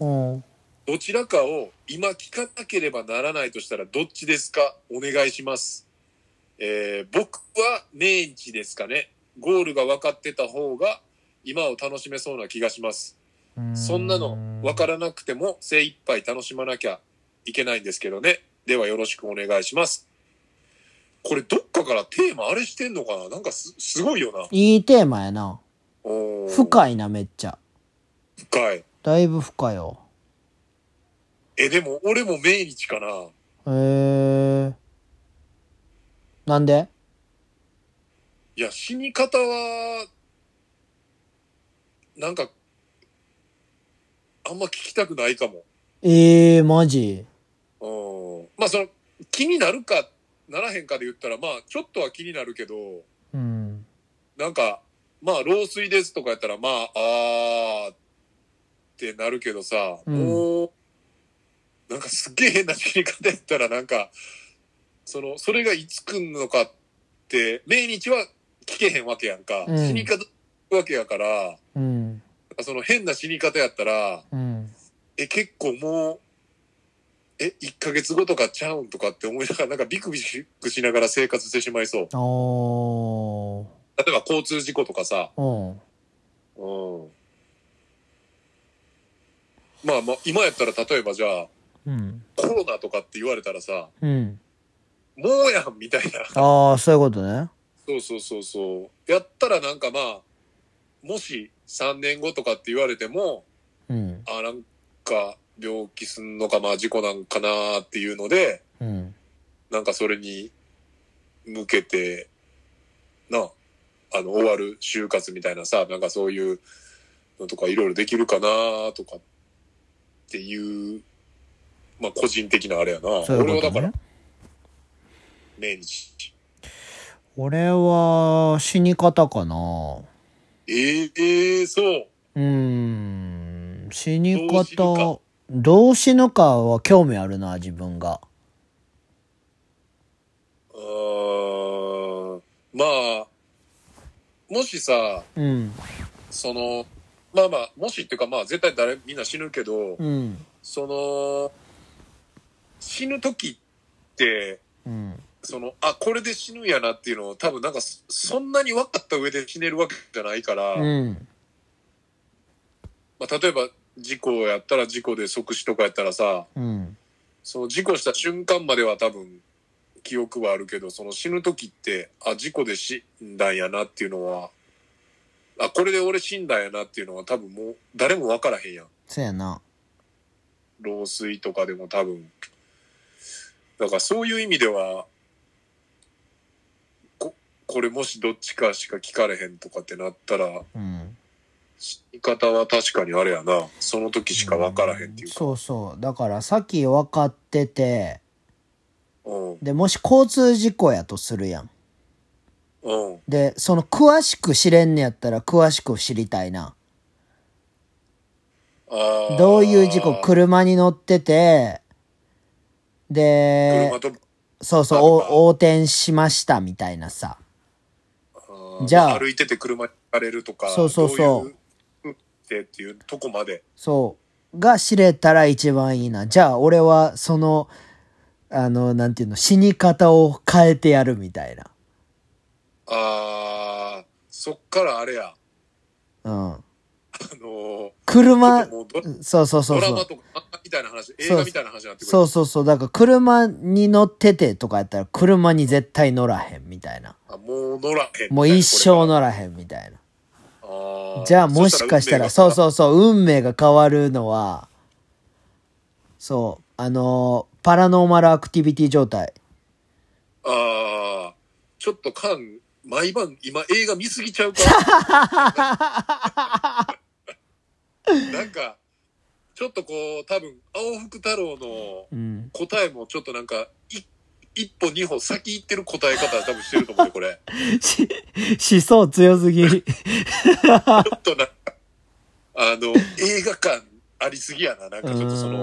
A: おう。
B: どちらかを今聞かなければならないとしたらどっちですかお願いします。えー僕は命日ですかね。ゴールが分かってた方が今を楽しめそうな気がします。
A: うー
B: そんなの分からなくても精一杯楽しまなきゃいけないんですけどね。ではよろしくお願いします。これどっかからテーマあれしてんのかななんかすすごいよな。
A: いいテーマやな。
B: おー
A: 深いな、めっちゃ。
B: 深い。
A: だいぶ深いよ。
B: え、でも俺も命日かな。
A: へえ。なんで
B: いや、死に方は、なんか、あんま聞きたくないか
A: ええー、マジ。
B: も。うん。まあ、その、気になるか、ならへんかで言ったら、まあ、ちょっとは気になるけど、
A: うん。
B: なんか、まあ、老衰ですとかやったら、まあ、あーってなるけどさ、
A: うん
B: もう、なんかすっげえ変な死に方やったら、なんか、その、それがいつ来んのかって、命日は聞けへんわけやんか。
A: うん
B: 死に方、わけやから、
A: うん。
B: その変な死に方やったら、
A: うん。
B: え、結構もう、え、1ヶ月後とかちゃうんとかって思いながら、なんかビクビクしながら生活してしまいそう。
A: おー。
B: 例えば交通事故とかさ、
A: うん。
B: うん。まあまあ、今やったら例えばじゃあ、
A: うん。
B: コロナとかって言われたらさ、
A: うん。
B: もうやんみたいな。
A: ああ、そういうことね。
B: そうそうそうそう。やったらなんかまあ、もし3年後とかって言われても、
A: うん。
B: あ、なんか病気すんのか、まあ事故なんかなーっていうので、
A: うん。
B: なんかそれに向けて、なあ、あの、終わる就活みたいなさ、なんかそういうのとかいろいろできるかなとかっていう、まあ個人的なあれやな。
A: そう
B: 俺
A: いうこ
B: はだ
A: と
B: から
A: ね。、
B: 命日。
A: 俺は、死に方かな。
B: ええええそう。
A: うーん、死に
B: どう死ぬ
A: 方
B: か、
A: どう死ぬかは興味あるな、自分が。
B: うーん。まあ、もしさ、
A: うん、
B: その、まあまあ、もしっていうかまあ絶対誰、みんな死ぬけど、
A: うん、
B: その、死ぬ時って、
A: うん。
B: その、あ、これで死ぬんやなっていうのを多分なんかそそんなに分かった上で死ねるわけじゃないから、
A: うん、
B: まあ、例えば事故やったら事故で即死とかやったらさ、
A: うん、
B: その事故した瞬間までは多分記憶はあるけど、その死ぬ時って、あ、事故で死んだんやなっていうのは、あ、これで俺死んだんやなっていうのは多分もう誰も分からへんやん。
A: そやな。
B: 老衰とかでも多分だからそういう意味ではここれもしどっちかしか聞かれへんとかってなったら
A: うん。
B: 死に方は確かにあれやなその時しか分からへんっていうか、
A: そうそう。だから、さっき分かってて、
B: うん
A: で、もし交通事故やとするやん。
B: うん、
A: で、その詳しく知れんねやったら詳しく知りたいな。
B: あー
A: どういう事故、車に乗ってて、で
B: 車、と
A: そうそう、お横転しましたみたいなさ。
B: あー
A: じゃあ
B: 歩いてて車にひかれるとか
A: そうそうそう
B: どういうってっていうとこまで
A: そう。が知れたら一番いいな。じゃあ、俺は、その、あの、なんていうの、死に方を変えてやるみたいな。
B: ああそっからあれや
A: うん。
B: あの
A: 車
B: ー、もうド
A: そうそうそう
B: ドラ
A: そ
B: マ
A: う。
B: とか漫画みたいな話映
A: そう
B: 画みたいな話になってくる
A: そうそうそう。だから、車に乗っててとかやったら、車に絶対乗らへんみたいな。
B: あもう乗らへん。
A: もう一生乗らへんみたいな。
B: あー
A: じゃあ、もしかしたら、そうそうそう、運命が変わるのは、そう、あの、パラノーマルアクティビティ状態。
B: う。ああ、ちょっとカン、毎晩、今映画見すぎちゃうから。なんか、ちょっとこう、多分、青福太郎の
A: うん。
B: 答えもちょっとなんか、い一歩二歩先行ってる答え方多分してると思うよ、これ。
A: し、思想強すぎ。
B: ちょっとなんか、あの、映画館ありすぎやな、なんかちょっとその、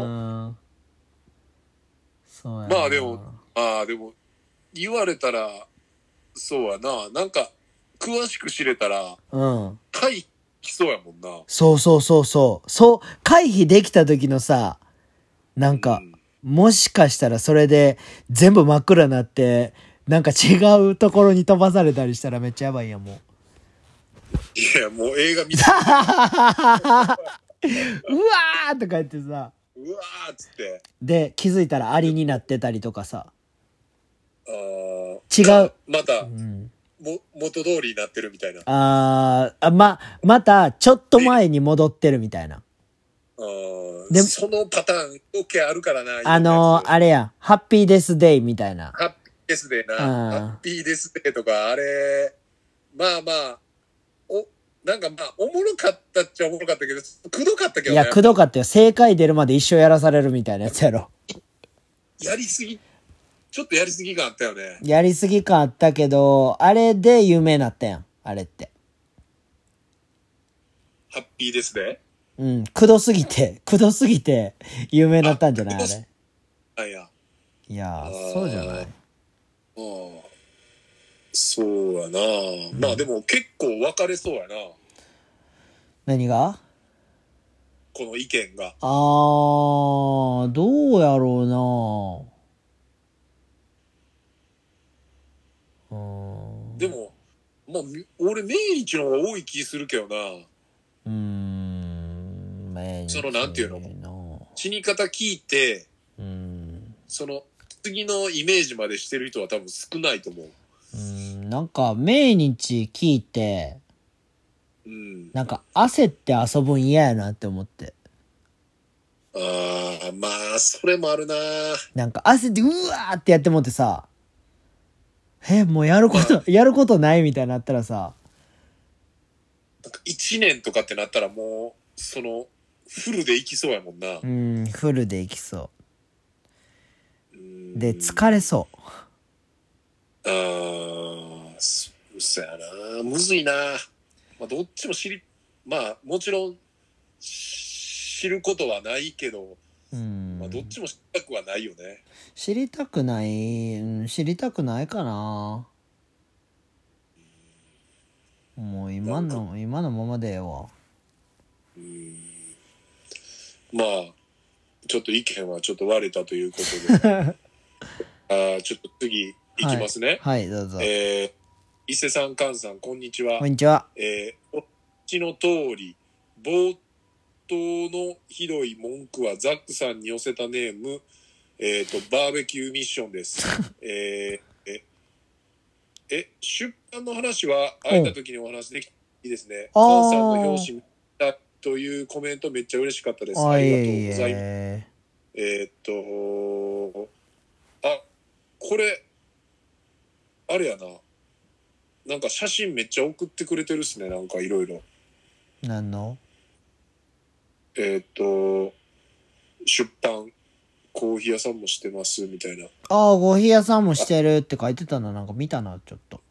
A: の。そうやな
B: まあでも、ああ、でも、言われたら、そうやな、なんか、詳しく知れたら、
A: うん。
B: 回避きそうやもんな。
A: そうそうそうそう。そう、回避できた時のさ、なんか、
B: うん
A: もしかしたらそれで全部真っ暗になって、なんか違うところに飛ばされたりしたらめっちゃやばいやんも
B: いや、もう 映画見た、
A: う。うわーとか言ってさ。
B: うわーっつって、
A: で、気づいたらアリになってたりとかさ。
B: あー
A: 違う。
B: また
A: う、ん。
B: も、元通りになってるみたいな。あ
A: あーあ、ま、また、ちょっと前に戻ってるみたいな。
B: ー
A: で
B: そのパターン、OK あるからな。
A: あのー、
B: れ。
A: あれやん。ハッピーデスデイみたいな。
B: ハッピーデスデーな、
A: あー
B: ハッピーデスデーとか、あれ、まあまあ、お、なんかまあ、おもろかったっちゃおもろかったけど、くどかったけ
A: い
B: どね。
A: や、くどかったよ。正解出るまで一生やらされるみたいなやつやろ。
B: やりすぎ、ちょっとやりすぎ感あったよね。
A: やりすぎ感あったけど、あれで有名になったやん。あれって。
B: ハッピーですね。
A: うん。くどすぎて、くどすぎて、有名になったんじゃないあれ。
B: あいや。
A: いや
B: あー
A: ー、そうじゃない。
B: うん。そうやな、まあでも結構分かれそうやな。
A: 何が
B: この意見が。
A: あー、どうやろうなうーん。
B: でも、まあ、み俺、命日の方が多い気するけどな。
A: うーん、毎日
B: そのなんていうの
A: の
B: 死に方聞いて、
A: うーん。
B: その、次のイメージまでしてる人は多分少ないと思う。
A: うーんなんか、命日聞いて、
B: うん。
A: なんか、焦って遊ぶん嫌やなって思って。
B: ああ、まあ、それもあるな。
A: なんか、焦って、うわーってやってもってさ、え、もうやること、やることないみたいになったらさ、
B: なんか1年とかってなったらもう、その、フルでいきそうやもんな
A: う。ーん、フルでいきそ
B: うん
A: う。で、疲れそう。
B: あーそそやなむずいなまあどっちも知りまあもちろんし知ることはないけど、
A: うーん
B: まあ、どっちも知りたくはないよね
A: 知りたくない、うん、知りたくないかな。もう今の、今のままでええわ。
B: うんまあちょっと意見はちょっと割れたということ であーちょっと次いきますね、
A: はい、どうぞ。
B: えー伊勢さん菅さんこんにちは
A: こんにちは。
B: えー、こっちの通り、冒頭のひどい文句はザックさんに寄せたネーム、えっ、と、バーベキューミッションです。えーえ、え、出版の話は会えた時にお話できていいですね。
A: あー
B: カンさんの表紙見たというコメントめっちゃ嬉しかったです。あ
A: あ、い
B: りがと
A: え
B: う
A: い
B: ございます。
A: え。
B: えーっと、あ、これ、あれやな。なんか写真めっちゃ送ってくれてるっすね、なんかいろいろ。
A: 何の
B: えーっと、出版、コーヒー屋さんもしてます、みたいな。
A: ああ、コーヒー屋さんもしてるって書いてたのなんか見たな、ちょっと。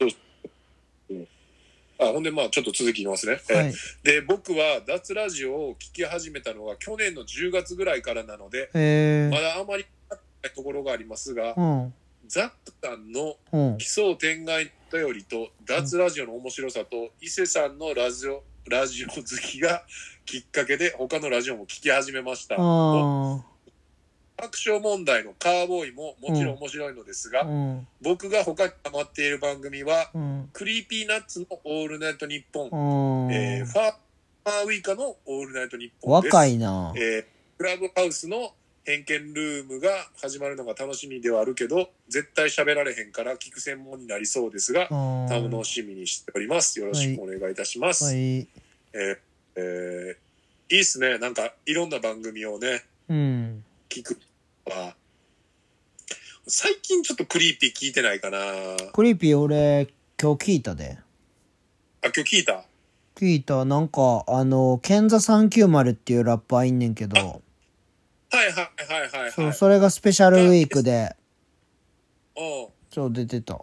B: あ、ほんで、まあ、ちょっと続き言いますね。
A: は
B: え
A: い。
B: で、僕は脱ラジオを聞き始めたのが去年の10月ぐらいからなので、
A: へ
B: ま
A: え。
B: だあまり分かってないところがありますが
A: う、ん。
B: ザックさんの
A: うん。
B: 奇想天外とよりと脱ラジオの面白さと伊勢さんのラジオラジオ好きがきっかけで他のラジオも聞き始めました
A: あ
B: 爆笑問題のカーボーイももちろん面白いのですが、
A: あ。うん。
B: 僕が他にハマっている番組は
A: うん。
B: クリーピーナッツの「オールナイトニッポン
A: う」ん。
B: えーファーマーウイカの「オールナイトニッポン」です
A: 若いな。
B: えークラブハウスの偏見ルームが始まるのが楽しみではあるけど絶対喋られへんから聞く専門になりそうですが
A: うん。は
B: 楽しみにしております。よろしくお願いいたします。
A: い。
B: えーえーいいっすね。なんか、いろんな番組をね、
A: うん。
B: 聞くのは。最近ちょっとクリーピー聞いてないかな。あ、
A: クリーピー俺、今日聞いたで。
B: 今日聞いた。
A: 聞いた。なんか、あの、ケンザ390っていうラッパーいんねんけど、
B: はいはいはいはい、はい。
A: そう、それがスペシャルウィークで、
B: うん。
A: そう、出てた。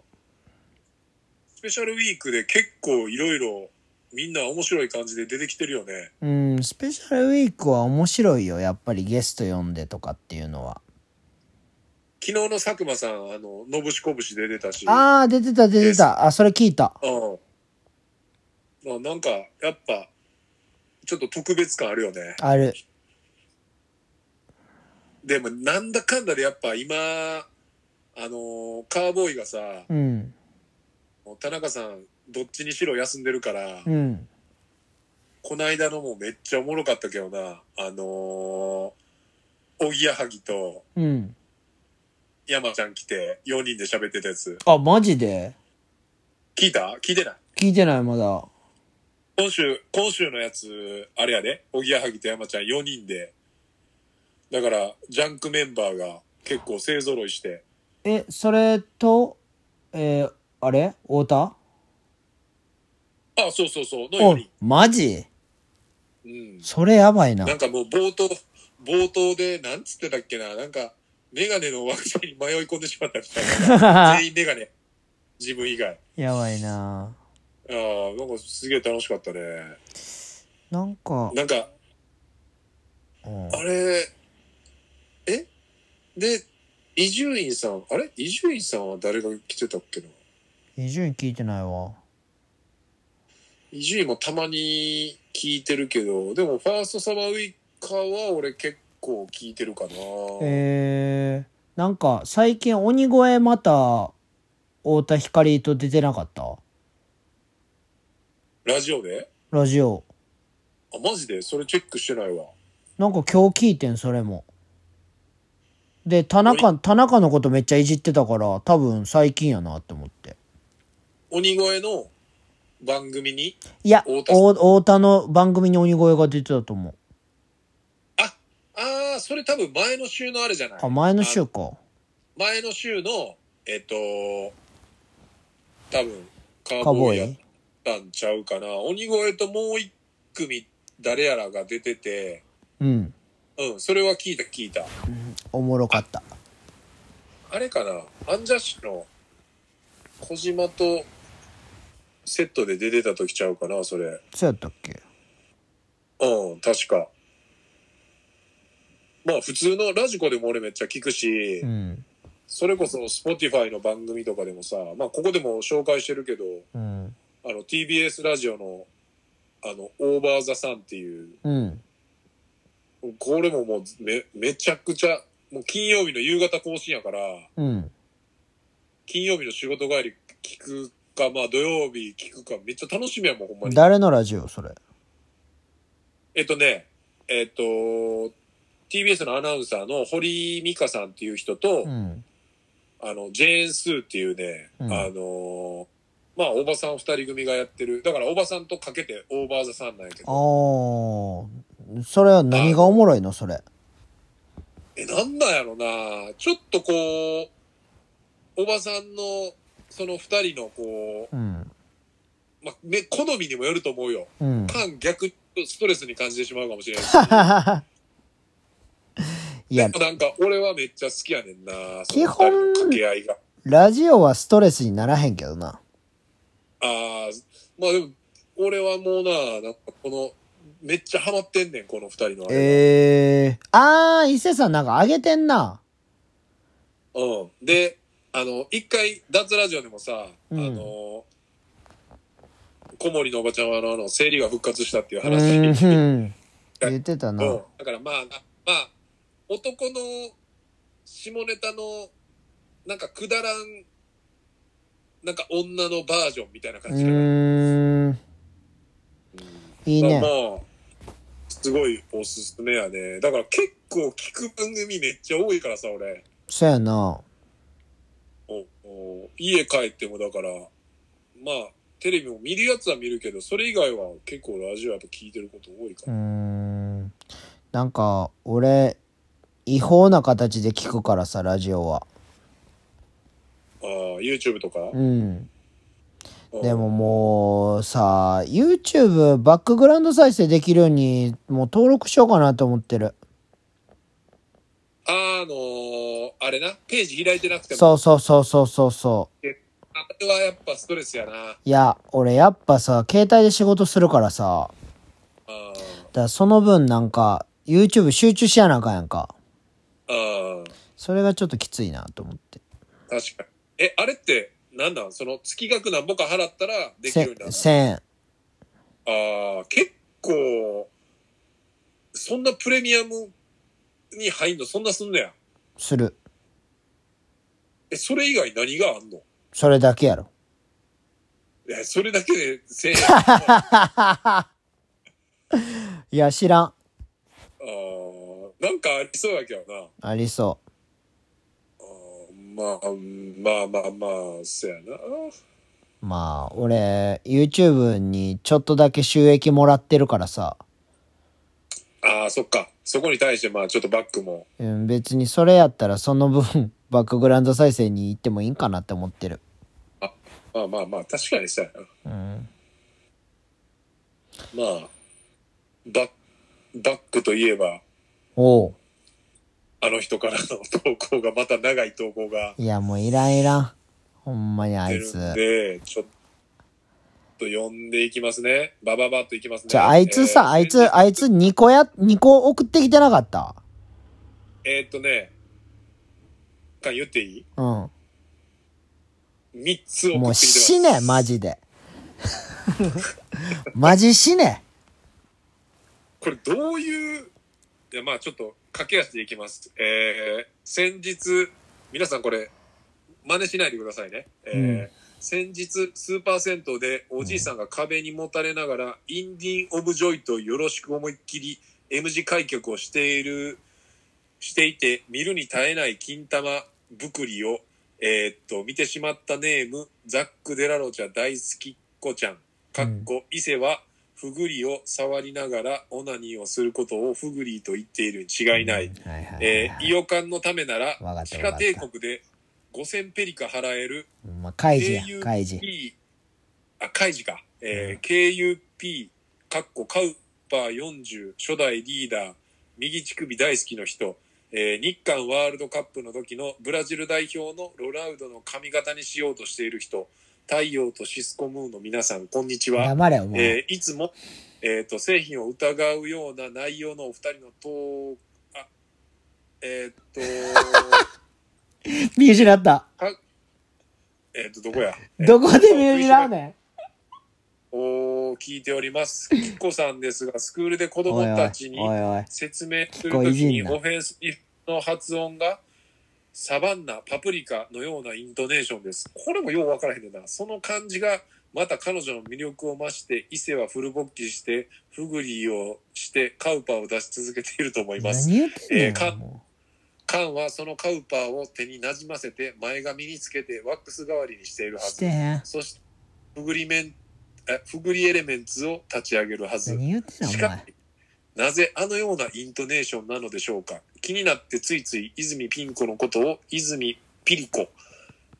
B: スペシャルウィークで結構いろいろみんな面白い感じで出てきてるよね。
A: うん、スペシャルウィークは面白いよ。やっぱりゲスト呼んでとかっていうのは。
B: 昨日の佐久間さん、あの、のぶしこぶしで出てたし。
A: ああ、出てた、出てた。あ、それ聞いた。
B: うん。まあなんか、やっぱ、ちょっと特別感あるよね。
A: ある。
B: でも、なんだかんだでやっぱ今、あのーカーボーイがさ、
A: うん。
B: 田中さん、どっちにしろ休んでるから、
A: うん。
B: こないだのもめっちゃおもろかったけどな、あのー、おぎやはぎと
A: うん。
B: 山ちゃん来て4人で喋ってたやつ。
A: あ、マジで
B: 聞いた聞いてない
A: 聞いてない、まだ。
B: 今週、今週のやつ、あれやで、おぎやはぎと山ちゃん4人で、だから、ジャンクメンバーが結構勢揃いして、
A: え、それと、えーあれ太田
B: あ、そうそうそう、の
A: お
B: 4人。
A: マジ
B: うん。
A: それやばいな
B: な。んかもう冒頭、冒頭で、なんつってたっけな、なんか、メガネの惑星に迷い込んでしまったみたい な。全員メガネ。自分以外。
A: やばいな。
B: ああ、なんかすげえ楽しかったね。
A: なんか、
B: なんか、
A: うん
B: あれ、えで、伊集院さん、あれ伊集院さんは誰が来てたっけな
A: 伊集院聞いてないわ。
B: 伊集院もたまに聞いてるけど、でもファーストサマーウイカは俺結構聞いてるかな。
A: えー、なんか最近鬼越また太田光と出てなかった
B: ラジオで
A: ラジオ。
B: あ、マジでそれチェックしてないわ。
A: なんか今日聞いてん、それも。で、田中、田中のことめっちゃいじってたから、多分最近やなって思って。
B: 鬼越の番組に、
A: いや、
B: 太田
A: お太田の番組に鬼越が出てたと思う。
B: あ、あーそれ多分前の週のあれじゃない
A: あ、前の
B: あ
A: 週か。
B: 前の週の、えっと、多分、カー
A: カー
B: ボ
A: ボ
B: ーイや
A: ー
B: っ
A: イ
B: たんちゃうかな。鬼越ともう一組誰やらが出てて、
A: うん。
B: うん、それは聞いた聞いた。
A: おもろかった。
B: あれかなアンジャッシュの小島とセットで出てた時ちゃうかなそれ。
A: そうやったっけ
B: うん、確か。まあ普通のラジコでも俺めっちゃ聞くし、
A: うん。
B: それこそ Spotify の番組とかでもさ、まあここでも紹介してるけど、
A: うん。
B: あの TBS ラジオのあのオーバーザさんっていう、
A: うん。
B: これももうめめちゃくちゃ、もう金曜日の夕方更新やから、
A: うん。
B: 金曜日の仕事帰り聞くか、まあ土曜日聞くか、めっちゃ楽しみやもん、ほんまに。
A: 誰のラジオそれ。
B: えっとね、えっと、TBS のアナウンサーの堀美香さんっていう人と、
A: うん。
B: あの、ジェーン・スーっていうね、
A: うん
B: あのーまあ、おばさん二人組がやってる。だから、おばさんとかけてオーバーザさんなんやけ
A: あ
B: ど。
A: ー。それは何がおもろいのそれ。
B: え、なんなんやろなちょっとこう、おばさんの、その二人のこ
A: うん。
B: う、まあ、め、好みにもよると思うよ。
A: うん。
B: 感逆、ストレスに感じてしまうかもしれないし。
A: いや、
B: なんか、俺はめっちゃ好きやねんなその二
A: 基
B: 人
A: 本
B: の掛け合いが。
A: ラジオはストレスにならへんけどな。
B: ああ、まあでも、俺はもうな、なんかこの、めっちゃハマってんねん、この二人のあれ。
A: えー。あー、伊勢さんなんかあげてんな。
B: うん。で、あの、一回、脱ラジオでもさ、
A: うん
B: あの、小森のおばちゃんはあの、あの生理が復活したっていう
A: う
B: 話。
A: ん。うん言ってたな。
B: う
A: うん
B: だからまあ、まあ、男の下ネタの、なんかくだらん、なんか女のバージョンみたいな感じかな。
A: ーん。いい
B: まあ
A: ね
B: ま。あ、すごいおすすめやね。だから結構聞く番組めっちゃ多いからさ、俺。
A: そうやな。
B: おお家帰ってもだから、まあ、テレビも見るやつは見るけど、それ以外は結構ラジオやっぱ聞いてること多いか
A: うー
B: ら。
A: ん。なんか、俺、違法な形で聞くからさ、ラジオは。
B: ああ、YouTube とか、
A: うん。
B: うん
A: でももう、さ、YouTube バックグラウンド再生できるように、もう登録しようかなと思ってる。
B: ああの、あれな、ページ開いてなくても、
A: そうそうそうそうそうそう。
B: あれはやっぱストレスやな。
A: いや、俺やっぱさ、携帯で仕事するからさ、
B: あ
A: だ
B: ー
A: からその分なんか、YouTube 集中しやなあかんやんか。
B: あー、
A: それがちょっときついなと思って。
B: 確かに。え、あれって、なんなんその月額なんぼか払ったらでき
A: せ
B: るんだ。
A: 1000円。
B: ああ、結構、そんなプレミアムに入んの、そんなすんのや。
A: する。
B: え、それ以外何があんの
A: それだけやろ。
B: え、それだけで1000円。
A: いや、知らん。
B: あーなんかありそうやけどな。
A: ありそ
B: あーまあ、うんまあまあまあ、そやな。
A: う。まあ、俺、YouTube にちょっとだけ収益もらってるからさ。
B: ああ、そっか。そこに対して、まあちょっとバックも。
A: うん、別にそれやったらその分、 バックグラウンド再生に行ってもいいんかなって思ってる。
B: まあまあまあ、確かにそうやな。
A: うん。
B: まあ、バック、バックといえば、
A: おう。
B: あの人からの投稿が、また長い投稿が
A: いや、もういらんいらん。ほんまにあ
B: 出
A: い
B: る
A: つ。
B: んで、ちょっと読んでいきますね。バババッといきますね。
A: じゃあ、あいつさ、あいつ、あいつ2個や、2個送ってきてなかった
B: えーっとね、か言っていい
A: うん。も
B: ?3 つ送ってきて
A: う
B: ます。
A: 死ね、マジで。 マジ死ね。
B: これどういう、いやまあちょっと駆け足でいきます。えー、先日、皆さんこれ、真似しないでくださいね。えー
A: うん
B: 先日、スーパー銭湯でおじいさんが壁にもたれながら、インディン・オブ・ジョイとよろしく思いっきり M 字開脚をしている、していて、見るに耐えない金玉ぶくりを、えーっと、見てしまったネーム、ザック・デラロチャ大好きっ子ちゃん、かっこ、伊勢は、ふぐりを触りながらオナニーをすることをふぐりと言っているに違いな
A: はいはい
B: い。
A: はい
B: え
A: は
B: ー、
A: い。
B: イオカンのためなら
A: わかっ、た
B: 地
A: わか
B: 下
A: った
B: 帝国で5000ペリカ払える
A: ほんまあ、カイジや、カイジ。
B: KUP、あ、カイジか。えー KUP、カッコカウパー40、初代リーダー、右乳首大好きの人、えー日韓ワールドカップの時のブラジル代表のロナウドの髪型にしようとしている人、太陽とシスコムーンの皆さん、こんにちは。
A: 黙れ、お前。
B: えーいつも、えー、と製品を疑うような内容のお二人のとあえっ、 と
A: 見失った。
B: えっとど こや
A: どこで見失うね
B: お聞いておりますきっこさんですがスクールで子
A: ん。おい
B: 供
A: おい
B: たち、に
A: おいおい。
B: 説明する
A: 聞こ
B: と
A: い
B: き
A: じ
B: に
A: んな
B: オフェンスの発音がサバンナ、パプリカのようなイントネーションです。これもよう分からへんねんな。その感じがまた彼女の魅力を増して、伊勢はフル勃起して、フグリーをして、カウパーを出し続けていると思います。
A: 何言ってんね
B: え
A: ん
B: ーか
A: も
B: カンはそのカウパーを手になじませて前髪につけてワックス代わりにしている
A: う
B: は
A: し
B: ず
A: て。へん。
B: そして、フグリメン、あフグリエレメンツを立ち上げるはず。
A: 何言ってんね
B: し
A: ん、お
B: か
A: 前。
B: し、なぜあのようなイントネーションなのでしょうか。気になってついつい泉ピン子のことを泉ピリコ、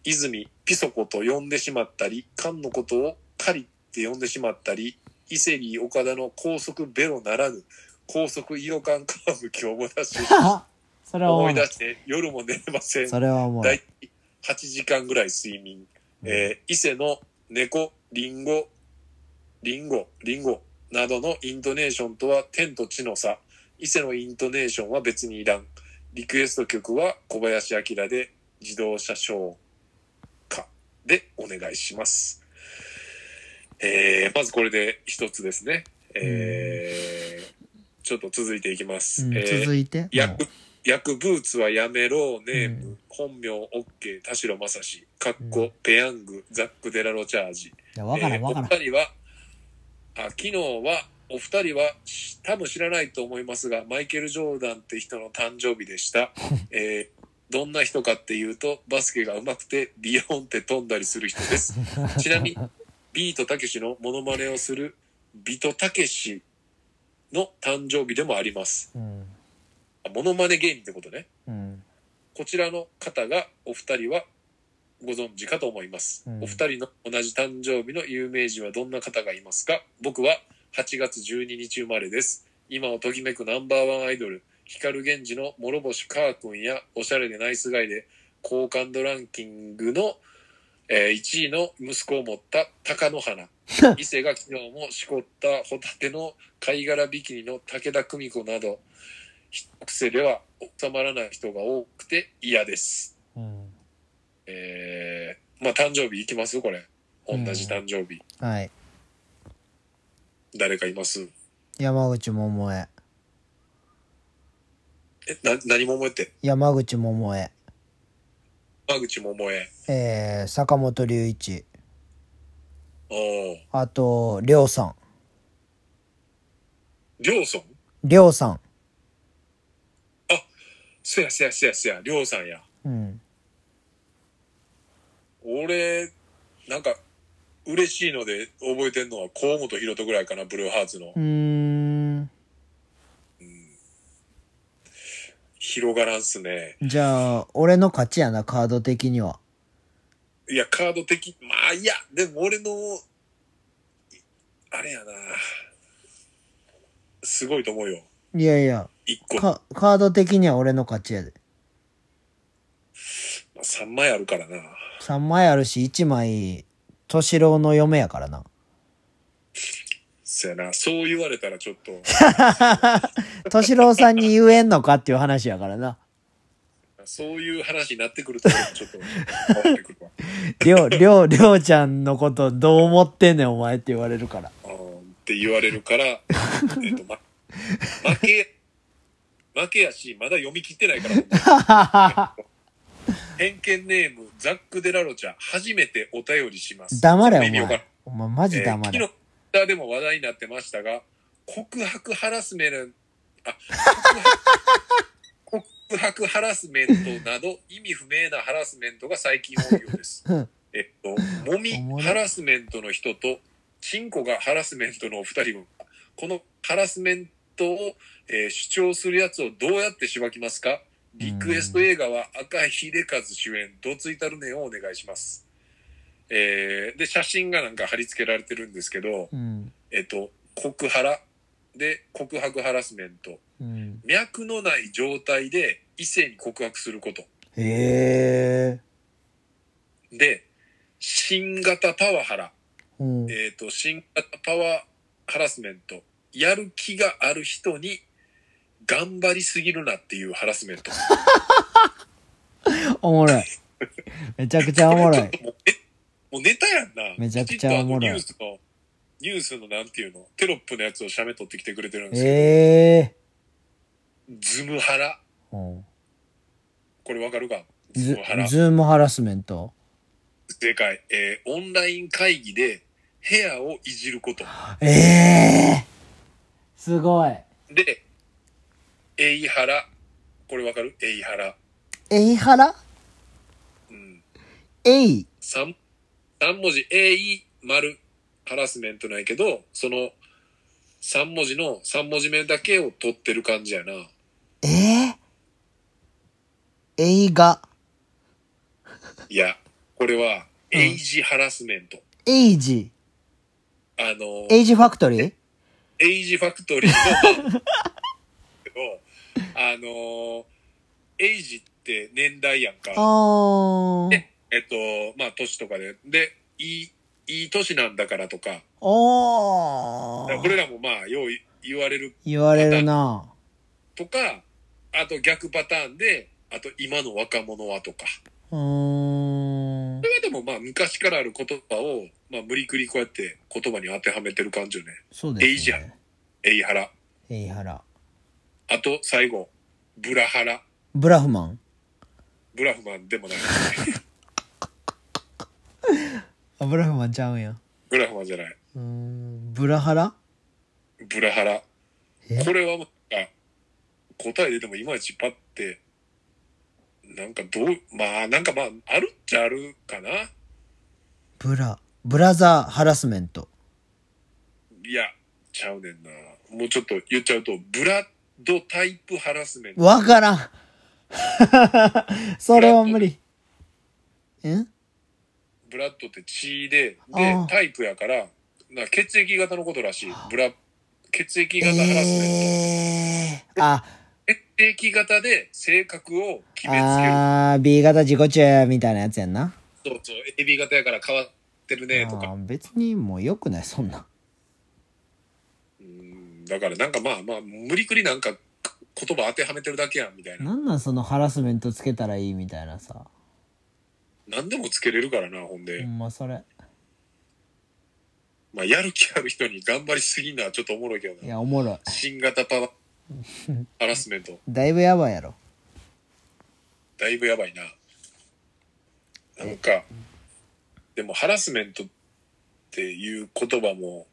B: 泉ピソコと呼んでしまったり、カンのことをカリって呼んでしまったり、伊勢リー岡田の高速ベロならぬ、高速イオカンカーブを思い 出し、
A: それは
B: 思
A: 思
B: いう出。して夜も寝れません。
A: それは思う。
B: 大体8時間ぐらい睡眠。えー伊勢の猫、リンゴ、リンゴ、リンゴなどのイントネーションとは天と地の差。伊勢のイントネーションは別にいらん。リクエスト曲は小林明で自動車唱歌でお願いします。えーまずこれで一つですね。えーちょっと続いていきま
A: う
B: す。
A: ん
B: えー
A: 続いて。も
B: 薬、薬ブーツはやめろ、ネーム、
A: うん
B: 本名、オッケー、田代正史、かっ
A: う
B: こ
A: ん、
B: ペヤング、ザック・デラロチャージ。
A: ういやわから
B: え
A: ん、
B: ー
A: わからん
B: お。二人は、あ、昨日は、お二人は、し多分知らないと思いますが、マイケル・ジョーダンって人の誕生日 でした。えーどんな人かっていうと、バスケが上手くて、ビヨーンって飛んだりする人 です。ちなみに、ビートたけしのモノマネをする、ビトたけしの誕生日でもあります。
A: うん。
B: あモノマネ芸人ってことね。
A: うん。
B: こちらの方がお二人はご存知かと思います。
A: うん
B: お二人の同じ誕生日の有名人はどんな方がいますか僕は8月12日生まれです。今をときめくナンバーワンアイドル、光源氏の諸星カー君やおしゃれでナイスガイで好感度ランキングの、え1位の息子を持った貴 乃花伊勢が昨日もしこったホタテの貝殻ビキニの武田久美子など一癖では収まらない人が多くて嫌です
A: うん。
B: えー、まあ誕生日いきますこれ同じ誕生日、
A: はい。
B: 誰かいます
A: 山口百恵。
B: えな何も思えって
A: 山口百恵。
B: 間口桃江
A: えー、坂本龍一。
B: おお
A: あと、りょうさん。
B: りょうそん
A: りょうさん。
B: そやそやそやそやりょうさんや
A: うん。
B: 俺なんか嬉しいので覚えてんのは河本大翔ぐらいかなブルーハーツの
A: うーん。
B: 広がらんっすね
A: じゃあ、俺の勝ちやな、カード的には。
B: いやカード的まあいやでも俺のいあれやなすごいと思うよ
A: いやいや、
B: 1個
A: かカード的には俺の勝ちやで。
B: 3枚あるからな
A: 3枚あるし、1枚、敏郎の嫁やからな。
B: そやなそう言われたらちょっと
A: 敏郎さんに言えんのかっていう話やからな。
B: そういう話になってくるとちょっと変わってくるわ
A: りょう、りょう、りょうちゃんのことどう思ってんねん、お前って言われる から。
B: あーって言われ るから、えっと、ま、負け、負けやし、まだ読み切ってな いからほんまに。偏見ネーム、ザック・デラロチャ、初めてお便りします。
A: 黙れ、
B: 意味
A: お
B: わからん
A: 前。お前、マジ黙
B: え
A: れ。
B: ー昨日、Twitter でも話題になってましたが、告白ハラスメント、あ、告白告白ハラスメントなど意味不明なハラスメントが最近多いよう です。えっと、もみ
A: おもろい
B: ハラスメントの人と、チンコがハラスメントのお二人も、このハラスメントを、えー主張するやつをどうやってしばきますかリクエスト映画は赤井秀和主演、どついたるねんをお願いします。えーで、写真がなんか貼り付けられてるんですけど、
A: うん。
B: えっと、告ハラで告白ハラスメント。
A: うん。
B: 脈のない状態で異性に告白すること。
A: へえ。
B: で、新型パワハラ。
A: うん。
B: えっ、と、新型パワーハラスメント。やる気がある人に頑張りすぎるなっていうハラスメント。
A: おもろい。めちゃくちゃおも ろい。
B: もうえもうネタやんな。
A: めちゃくちゃおもろい
B: きちっとあのニュースの、ニュースのなんていうの、テロップのやつを写メ撮ってきてくれてるんですよ。
A: ええ
B: ズムハラ。
A: うん
B: これわかるかズ
A: ズ
B: ムハラ。
A: ズームハラスメント
B: 正解。えーオンライン会議で部屋をいじること。
A: ええすごい。
B: で、エイハラ。これわかるエイハラ。
A: えいハラ
B: うん。
A: えい。
B: 三三文字 A、E、丸、ハラスメントないけど、その三文字の三文字目だけを取ってる感じやな。
A: ええ映画。
B: いや、これは、
A: うん
B: エイジハラスメント。
A: エイジ。
B: あの、
A: エイジファクトリー
B: エイジファクトリーの、けど あの、エイジって年代やんか。
A: あー。
B: えっと、まあ、年とかで。で、いい、いい年なんだからとか、
A: お
B: だからこれ
A: ー。
B: らもまあ、よう言われる
A: 言われるな。
B: とか、あと逆パターンで、あと今の若者はとか。
A: うーん
B: そ。れはでもまあ昔からある言葉を、まあ無理くりこうやって言葉に当てはめてる感じよね。
A: そう
B: エイ
A: です
B: ジ
A: ね。
B: エイハラ。
A: エイハラ。
B: あと最後、ブラハラ。
A: ブラフマン。
B: ブラフマンでもない。
A: あ、ブラフマンちゃうんや。
B: ブラフマンじゃない。
A: うーん。ブラハラ
B: ブラハラ
A: え。
B: これはもう、あ答え出てもいまいちパって、なんかどう、まあなんかまああるっちゃあるかな。
A: ブラ。ブラザーハラスメント。
B: いや、ちゃうねんな。もうちょっと言っちゃうと、ブラッドタイプハラスメント。
A: わからん。 それは無理。ん
B: ブラッドって血で、
A: あ
B: で
A: あ、
B: タイプやから、な血液型のことらしい。ブラ、血液
A: え
B: 型ハラスメン
A: えー。あ、
B: ト。定期型で性格を決めつける。
A: あー、B 型自己中みたいなやつやんな。
B: そうそう、AB 型やから変わってるねと
A: あ
B: か。
A: ー別にもう良くない、そんなん。
B: うんだからなんかまあまあ、無理くりなんか言葉当てはめてるだけやんみたいな。
A: なんなんそのハラスメントつけたらいいみたいなさ。
B: 何でもつけれるからな、ほんで。
A: ほんまそれ。
B: まあ、やる気ある人に頑張りすぎんのはちょっとおもろいけど
A: い
B: な。
A: や、おもろい。
B: 新型パワー、ハラスメント、
A: だいぶやばいやろ。
B: だいぶやばいな。なんか、でもハラスメントっていう言葉も、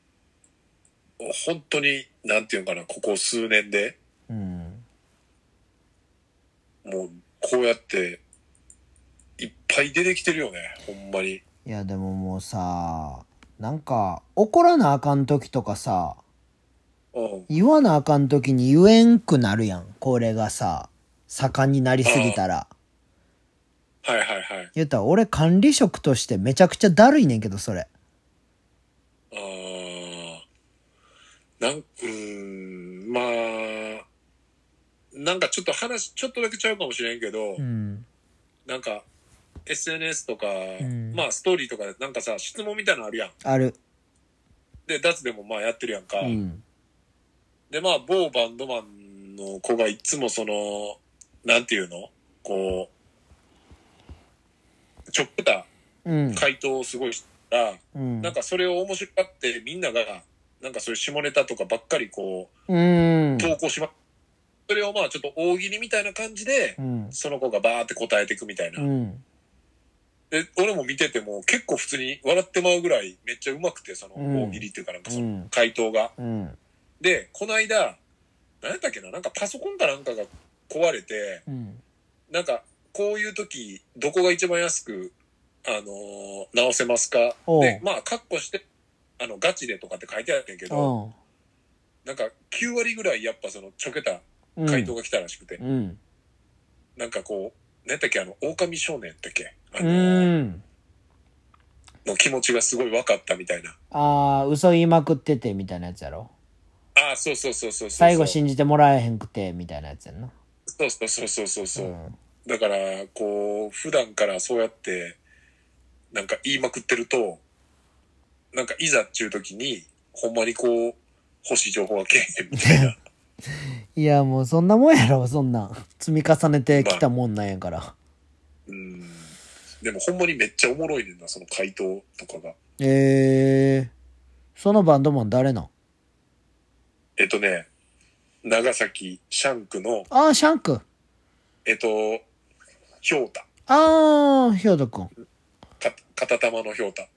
B: 本当に、なんていうのかな、ここ数年で、
A: うん。
B: もう、こうやって、いっぱい出てきてるよね、ほんまに。
A: いや、でももうさ、なんか、怒らなあかん時とかさ、
B: うん。
A: 言わなあかん時に言えんくなるやん。これがさ、盛んになりすぎたら。
B: はいはいはい。
A: 言ったら俺管理職としてめちゃくちゃだるいねんけど、それ。
B: あーなん、うーん、まあ、なんかちょっと話、ちょっとだけちゃうかもしれんけど、
A: うん。
B: なんか、SNS とか、
A: ん
B: まあ、ストーリーとかで、なんかさ、質問みたいなのあるやん。
A: ある。
B: で、脱でもまあやってるやんか。
A: うん。
B: で、まあ、某バンドマンの子がいつもその、なんていうのこう、ちょっくた
A: うん。
B: 回答をすごいしたら、
A: うん。
B: なんかそれを面白がって、みんなが、なんかそういう下ネタとかばっかりこう、
A: うん。
B: 投稿しま、それをまあちょっと大喜利みたいな感じで、
A: うん。
B: その子がバーって答えていくみたいな。
A: うん。
B: で、俺も見てても結構普通に笑ってまうぐらいめっちゃ上手くて、その
A: うん
B: 大喜利っていうかなんか
A: う
B: その
A: ん。
B: 回答が。
A: うん。
B: で、この間、何やったっけな、なんかパソコンかなんかが壊れて、
A: うん。
B: なんかこういう時、どこが一番安く、あのー直せますか
A: おう
B: で、まあ、カッコして、あの、ガチでとかって書いてあったんやけど、
A: お
B: なんか9割ぐらいやっぱそのちょけた
A: うん。
B: 回答が来たらしくて、
A: うん。
B: なんかこう、何やったっけ、あの、狼少年やったっけあ
A: う
B: の、
A: ん。
B: の気持ちがすごい分かったみたいな。
A: ああ、嘘言いまくっててみたいなやつやろ。
B: ああ、そうそうそうそうそう。
A: 最後信じてもらえへんくてみたいなやつやんな。
B: そうそうそうそうそうそうう。
A: ん。
B: だから、こう、普段からそうやって、なんか言いまくってると、なんかいざっちゅう時に、ほんまにこう、欲しい情報がけえへんみ たいな。
A: いや、もうそんなもんやろ、そんなん。積み重ねてきたもんなんやから。
B: うん。でもほんまにめっちゃおもろいねんな、その回答とかが。
A: ええー。そのバンドマン誰なん
B: えっとね、長崎シャンクの、
A: ああ、シャンク。
B: えっと、ひょうた。
A: ああ、ひょうとくん。
B: か、片玉のひょうた。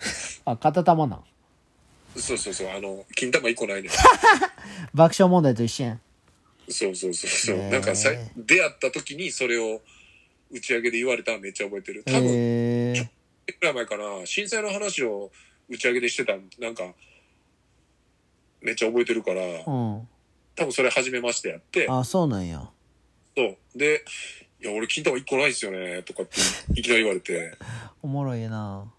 A: あ、片玉なん。
B: そうそうそう、あの、金玉一個ないねん。
A: 爆笑問題と一緒やん。
B: そうそうそうそう、
A: ねえ
B: なんかさ、出会った時にそれを打ち上げで言われたのめっちゃ覚えてる。多分、い
A: ええ
B: くら前かな、震災の話を打ち上げでしてた、なんか、めっちゃ覚えてるから、
A: ー。うん。
B: 多分それ初めましてやって、
A: あ、そうなんや。
B: そう。で、いや、俺金玉一個ないですよね、とかっていきなり言われて、
A: おもろいな。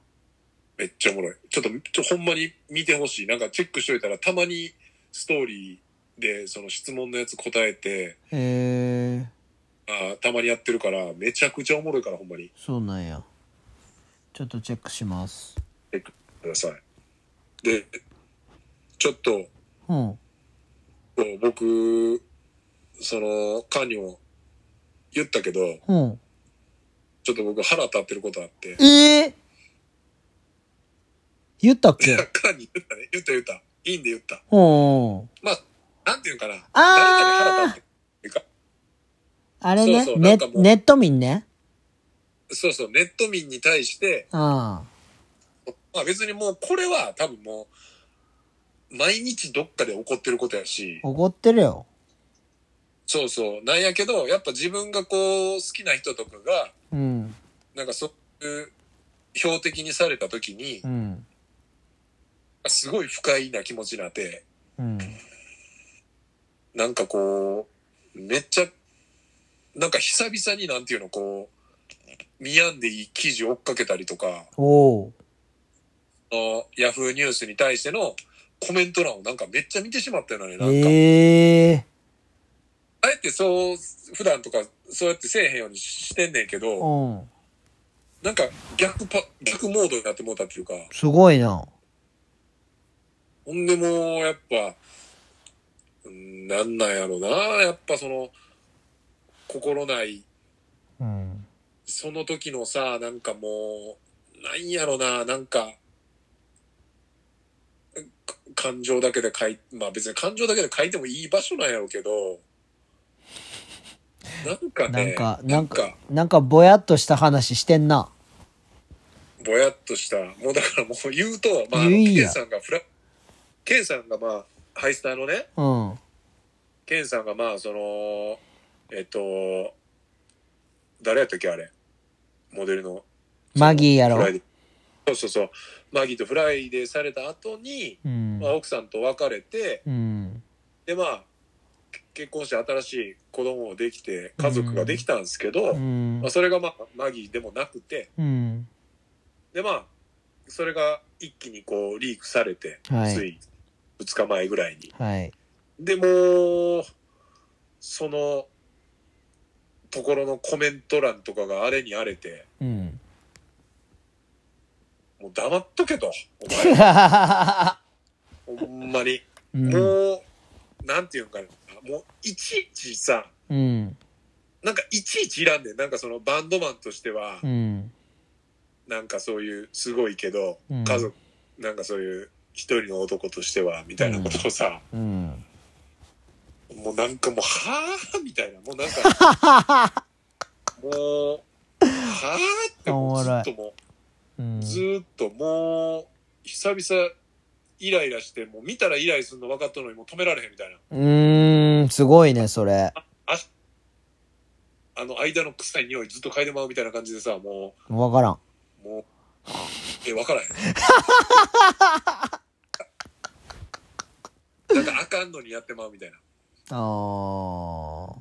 B: めっちゃおもろい。ちょっと、ちょほんまに見てほしい。なんかチェックしといたら、たまにストーリーで、その質問のやつ答えて、
A: ええー。
B: あーたまにやってるから、めちゃくちゃおもろいから、ほんまに。
A: そうなんや。ちょっとチェックします。
B: ください。で、ちょっと、
A: うん。
B: 僕、その、カンにも言ったけど、
A: うん。
B: ちょっと僕腹立ってることあって、
A: ええ言ったっ
B: いや
A: け、
B: カンに言ったね。言った言った。いいんで言った。
A: うん。
B: まあ、なんていうんかな。誰かに腹
A: あ
B: 立ってるか。
A: あれね
B: そうそ、うな
A: ネ
B: んかもう
A: ネット民ね。
B: そうそう、ネット民に対して、
A: あ
B: まあ別にもうこれは多分もう、毎日どっかで怒ってることやし、
A: あ、怒ってるよ。
B: そうそう、なんやけど、やっぱ自分がこう、好きな人とかが、
A: うん。
B: なんかそういう標的にされた時に
A: う、ん。
B: すごい不快な気持ちになって、
A: うん。
B: なんかこう、めっちゃ、なんか久々になんていうの、こう、見やんでいい記事追っかけたりとか、
A: おう。
B: あのヤフーニュースに対してのコメント欄をなんかめっちゃ見てしまったよね、なんか。
A: ええ
B: あえってそう、普段とかそうやってせえへんようにしてんねんけど、
A: うん。
B: なんか逆パ、逆モードになってもうたっていうか、
A: すごいな。
B: ほんでもう、やっぱ、うんなんなんやろな、やっぱその、心ない、
A: うん。
B: その時のさ、なんかもう、なんやろな、なんか、か感情だけで書い、まあ別に感情だけで書いてもいい場所なんやろうけど、なんか
A: な
B: ね、
A: んか、なんか、なんかぼやっとした話してんな。
B: ぼやっとした、もうだからもう言うと、まあ、あの
A: 言い
B: ケ
A: や
B: ンさんがフラ、ケンさんがまあ、ハイスターのね、
A: うん。
B: ケンさんがまあ、その、えっと、誰やったっけあれ。モデルの。
A: マギーや
B: フ
A: ろ
B: ライ。デーそうそうそう。マギーとフライデーされた後に、
A: うん
B: ま。あ、奥さんと別れて、
A: うん。
B: でまあ、け結婚して新しい子供をできて、家族ができたんですけど、
A: うん
B: まあ、。それがまあ、マギーでもなくて、
A: うん。
B: でまあそれが一気にこうリークされて、
A: はい
B: つい2日前ぐらいに
A: はい。
B: でもうそのところのコメント欄とかがあれにあれて
A: うん。
B: もう黙っとけと お前ほんまに、
A: うん。
B: もうなんていうんかなもういちいちさ
A: うん。
B: なんかいちいちいらんねんなんかそのバンドマンとしては、
A: うん。
B: なんかそういうすごいけど、
A: うん
B: 家族なんかそういう一人の男としてはみたいなことをさ、
A: うん。
B: もうなんかもう、はぁみたいな、もうなん か、もう、はぁってもうずっとも
A: う
B: う、
A: ん。
B: ずーっともう、久々、イライラして、もう見たらイライラするの分かったのに、もう止められへんみたいな。
A: うーん、すごいね、それ。
B: あの間の臭い匂いずっと嗅いでまうみたいな感じでさ、も
A: わからん。
B: う、もう、え、分からへん。なんかあかんのにやってまうみたいな。
A: あー。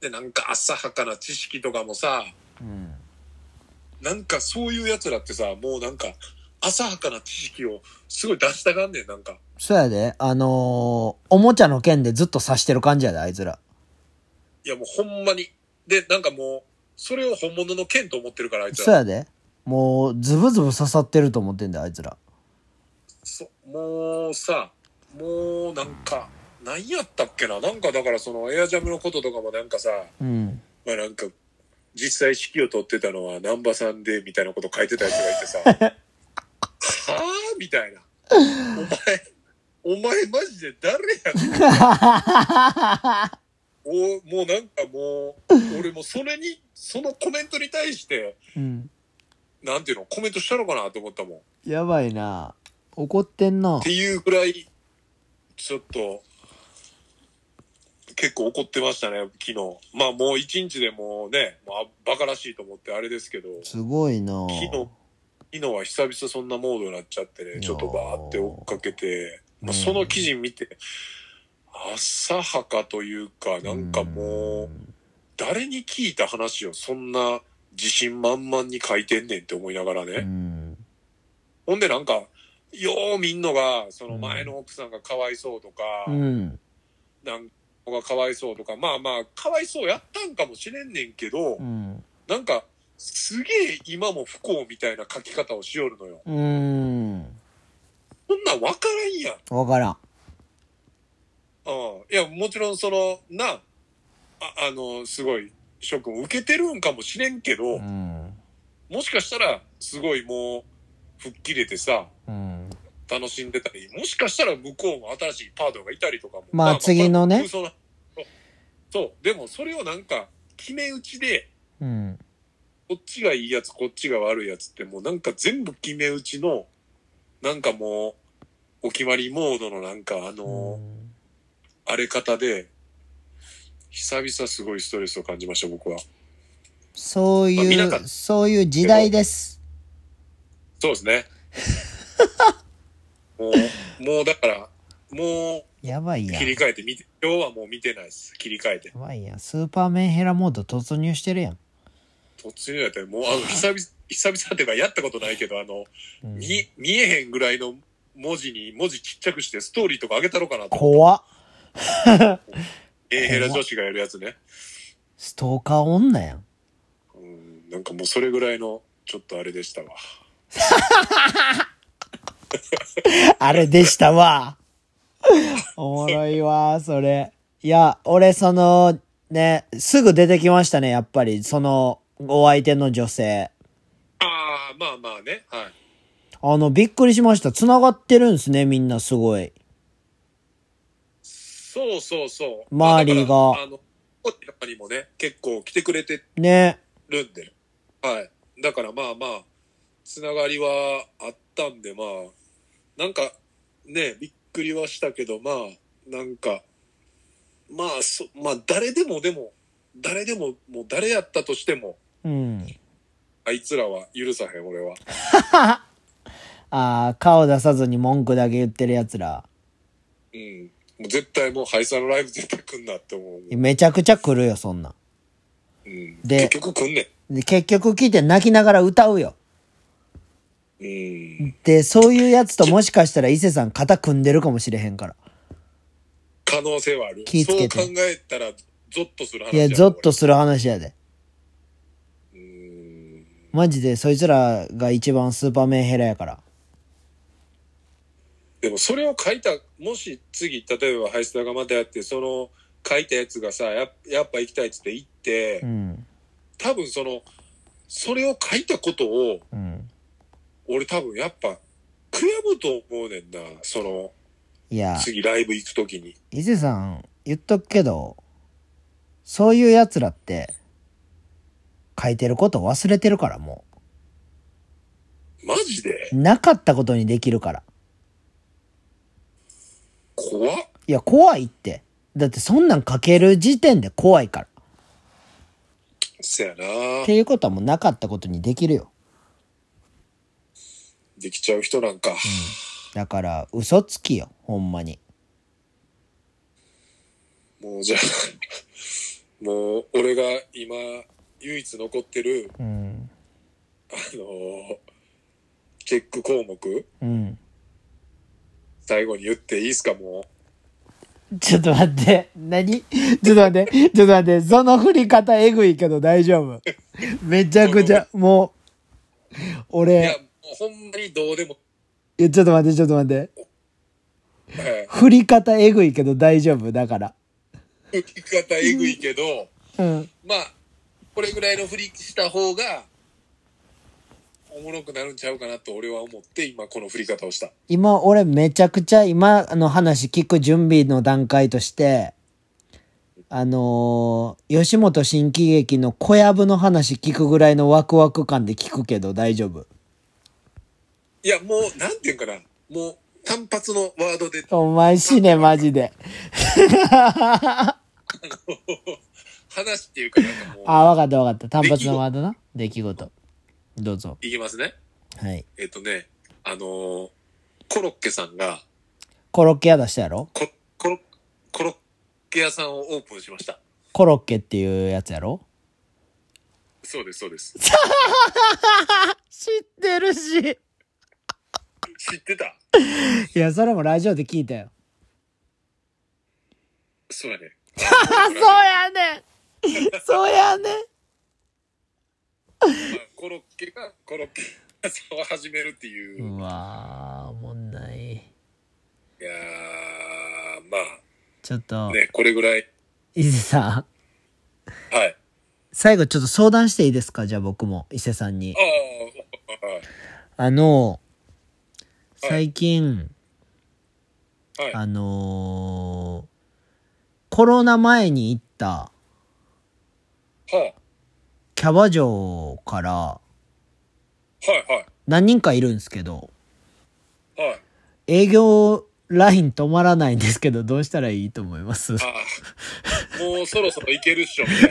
B: で、なんか浅はかな知識とかもさ、
A: うん。
B: なんかそういう奴らってさ、もうなんか、浅はかな知識をすごい出したがんねん、なんか。
A: そやで、あのー、おもちゃの剣でずっと刺してる感じやで、あいつら。
B: いやもうほんまに。で、なんかもう、それを本物の剣と思ってるから、あいつ
A: そ
B: ら。
A: やで。もう、ズブズブ刺さってると思ってんだよ、あいつら。
B: そもうさ、もうなんか、何やったっけななんかだからそのエアジャムのこととかもなんかさ、
A: うん。
B: まあなんか、実際指揮を取ってたのは南波さんで、みたいなこと書いてたやつがいてさ、はぁみたいな。お前、お前マジで誰やねんおもうなんかもう、俺もそれに、そのコメントに対して、
A: うん。
B: なんていうの、コメントしたのかなと思ったもん。っ
A: やばいな。怒ってんな
B: て。いうぐらい、ちょっと、結構怒ってましたね、昨日。まあもう一日でもうね、まあ、バカらしいと思ってあれですけど、
A: すごいな。
B: 昨日、昨日は久々そんなモードになっちゃってね、ちょっとバーって追っかけて、
A: うん
B: まあ、その記事見て、浅はかというか、なんかもう、誰に聞いた話をそんな自信満々に書いてんねんって思いながらね。
A: うん。うん。
B: ほんでなんか、よう見んのが、その
A: うん
B: 前の奥さんがかわいそうとか、
A: うん。
B: なんかがかわいそうとか、まあまあ、かわいそうやったんかもしれんねんけど、
A: うん。
B: なんか、すげえ今も不幸みたいな書き方をしよるのよ。
A: うん。
B: そんなんわからんやん。
A: わからん。
B: うん。いや、もちろんその、な、ああの、すごい、諸君受けてるんかもしれんけど、
A: うん。
B: もしかしたら、すごいもう、吹っ切れてさ、
A: うん。
B: 楽しんでたり、もしかしたら向こうも新しいパートナーがいたりとかも。
A: まあ次のね
B: 空想なそう。でも、それをなんか、決め打ちで、
A: うん。
B: こっちがいいやつ、こっちが悪いやつって、もうなんか全部決め打ちの、なんかもう、お決まりモードのなんか、あの、荒れ方で、久々すごいストレスを感じました、僕は。
A: そう
B: まあ見
A: い
B: なかっ
A: う、
B: た
A: そういう時代です。
B: そうで すね。もう、もうだから、も
A: やばいうやん。
B: 切り
A: や
B: 替えて見て、今日はもう見てないです。切り替えて。
A: ばいやん。スーパーメンヘラモード突入してるやん。
B: 突入やったら、もうあの、久々、久々っていうかやったことないけど、あの、
A: うん、
B: 見、見えへんぐらいの文字に、文字ちっちゃくしてストーリーとか上げたのかなと思って
A: 怖っ。
B: メンヘラ女子がやるやつね。
A: ストーカー女やん。
B: うん、なんかもうそれぐらいの、ちょっとあれでしたわ。
A: あれでした わ。おもろいわ、それ。いや、俺、その、ね、すぐ出てきましたね、やっぱり。その、お相手の女性。
B: ああ、まあまあね。はい。
A: あの、びっくりしました。繋がってるんですね、みんな、すごい。
B: そうそうそう。
A: 周りが
B: まあだからあの、やっぱりもね、結構来てくれて
A: ね。
B: るんで。はい。だからまあまあ、つながりはあったんで、まあ、なんか、ね、びっくりはしたけど、まあ、なんか、まあ、そまあ、誰でもでも、誰でも、もう誰やったとしても、
A: うん。
B: あいつらは許さへん、俺は。
A: ああ、顔出さずに文句だけ言ってる奴ら。
B: うん。もう絶対もう、ハイサのライブ絶対来んなって思う。
A: めちゃくちゃ来るよ、そんなん。
B: うん。
A: で
B: 結局来んね
A: で、結局聞いて泣きながら歌うよ。
B: ん。うん。
A: で、そういうやつともしかしたら伊勢さん肩組んでるかもしれへんから。
B: 可能性はある。
A: 気ぃつけて
B: そう考えたら、ゾッとする話
A: いや、
B: な
A: ゾッと。する話やで。
B: 俺うん。
A: マジで、そいつらが一番スーパーメンヘラやから。
B: でもそれを書いた、もし次、例えばハイスターがまたやって、その書いたやつがさ、やっやっぱ行きたいっつって行って、
A: うん。
B: 多分その、それを書いたことを、
A: うん。
B: 俺多分やっぱ、悔やむと思うねんな、その、
A: いや、
B: 次ライブ行くときに。
A: 伊勢さん、言っとくけど、そういう奴らって、書いてること忘れてるから、も
B: マジで
A: う。なかったことにできるから。
B: 怖っ。
A: いや、怖いって。だって、そんなん書ける時点で怖いから。
B: そやな
A: っていうことはもうなかったことにできるよ。
B: できちゃう人なんか。
A: だから、嘘つきよ、ほんまに。
B: もうじゃあ、 もう俺が今、唯一残ってる、
A: うん。
B: あのーチェック項目、
A: うん。
B: 最後に言っていいっすか、もう。
A: ちょっと待って。何ちょっと待って。ちょっと待って。その振り方えぐいけど大丈夫。めちゃくちゃ、もう、
B: いや、
A: 俺、
B: もうほんまにどうでも、
A: いや、ちょっと待って、ちょっと待って。
B: はい
A: 振り方えぐいけど大丈夫。だから。
B: 振り方えぐいけど、
A: うん。
B: まあ、これぐらいの振りした方が、おもろくなるんちゃうかなと俺は思って、今この振り方をした。
A: 今、俺めちゃくちゃ今の話聞く準備の段階として、あのー吉本新喜劇の小籔の話聞くぐらいのワクワク感で聞くけど大丈夫。
B: いや、もう、なんていうんかな、もう、単発のワードで、
A: お前死 ね、マジで。
B: 話っていうかなんかも
A: あ、わかったわかった。単発のワードな。出来事。どうぞ。
B: う、いきますね。
A: はい。
B: えっとね、あのーコロッケさんが、
A: コロッケ屋出したやろ
B: ココロコロッケ屋さんをオープンしました。
A: コロッケっていうやつやろ
B: そうです、そうです。
A: 知ってるし。
B: 知ってた
A: いや、それもラジオで聞いたよ。
B: そうやね。
A: あ、そうやねん。 そうやねん。
B: まあコロッケがコロッケ屋さんを始めるっていう。
A: うわー、おもんない。
B: いやー、ま
A: ちょっと
B: あ、ね、これぐらい。
A: 伊勢さん。
B: はい。
A: 最後ちょっと相談していいですかじゃあ僕も、伊勢さんに
B: あ。あ、はい
A: あの、
B: はい
A: 最近、
B: はい。
A: あのーコロナ前に行った
B: は
A: キャバ嬢から
B: あ、はい、は
A: 何人かいるんですけど、
B: い、はい。
A: 営業ライン止まらないんですけど、どうしたらいいと思います
B: ああ、もうそろそろいけるっしょ、みたい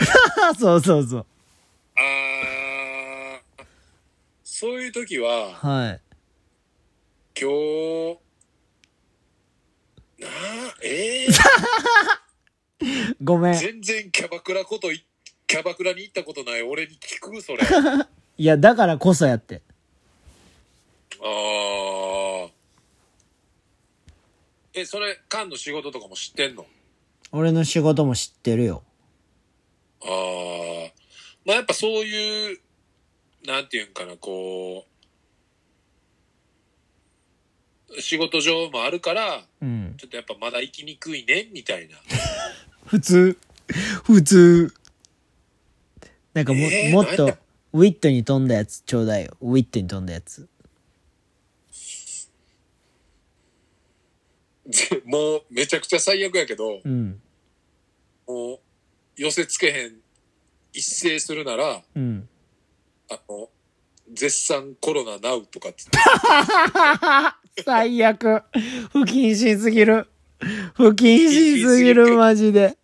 B: な。
A: そうそうそう。
B: ああ、そういう時は、
A: はい。
B: 今日、なあ、ええ
A: ごめん。
B: 全然キャバクラことい、キャバクラに行ったことない俺に聞く、それ。
A: いや、だからこそやって。
B: ああ。え、それ、菅の仕事とかも知ってんの
A: 俺の仕事も知ってるよ。
B: ああ。まあやっぱそういう、なんていうんかな、こう、仕事上もあるから、
A: うん。
B: ちょっとやっぱまだ生きにくいね、みたいな。
A: 普通。普通。なんかも、
B: えー
A: もっ
B: なん
A: と
B: だ、
A: ウィットに飛んだやつちょうだいよ。ウィットに飛んだやつ。
B: で もうめちゃくちゃ最悪やけど、
A: うん。
B: もう寄せつけへん、一斉するなら、
A: うん。
B: あの、絶賛コロナナウとかっつって、
A: 最悪。不謹慎すぎる。不謹慎すぎる、マジで。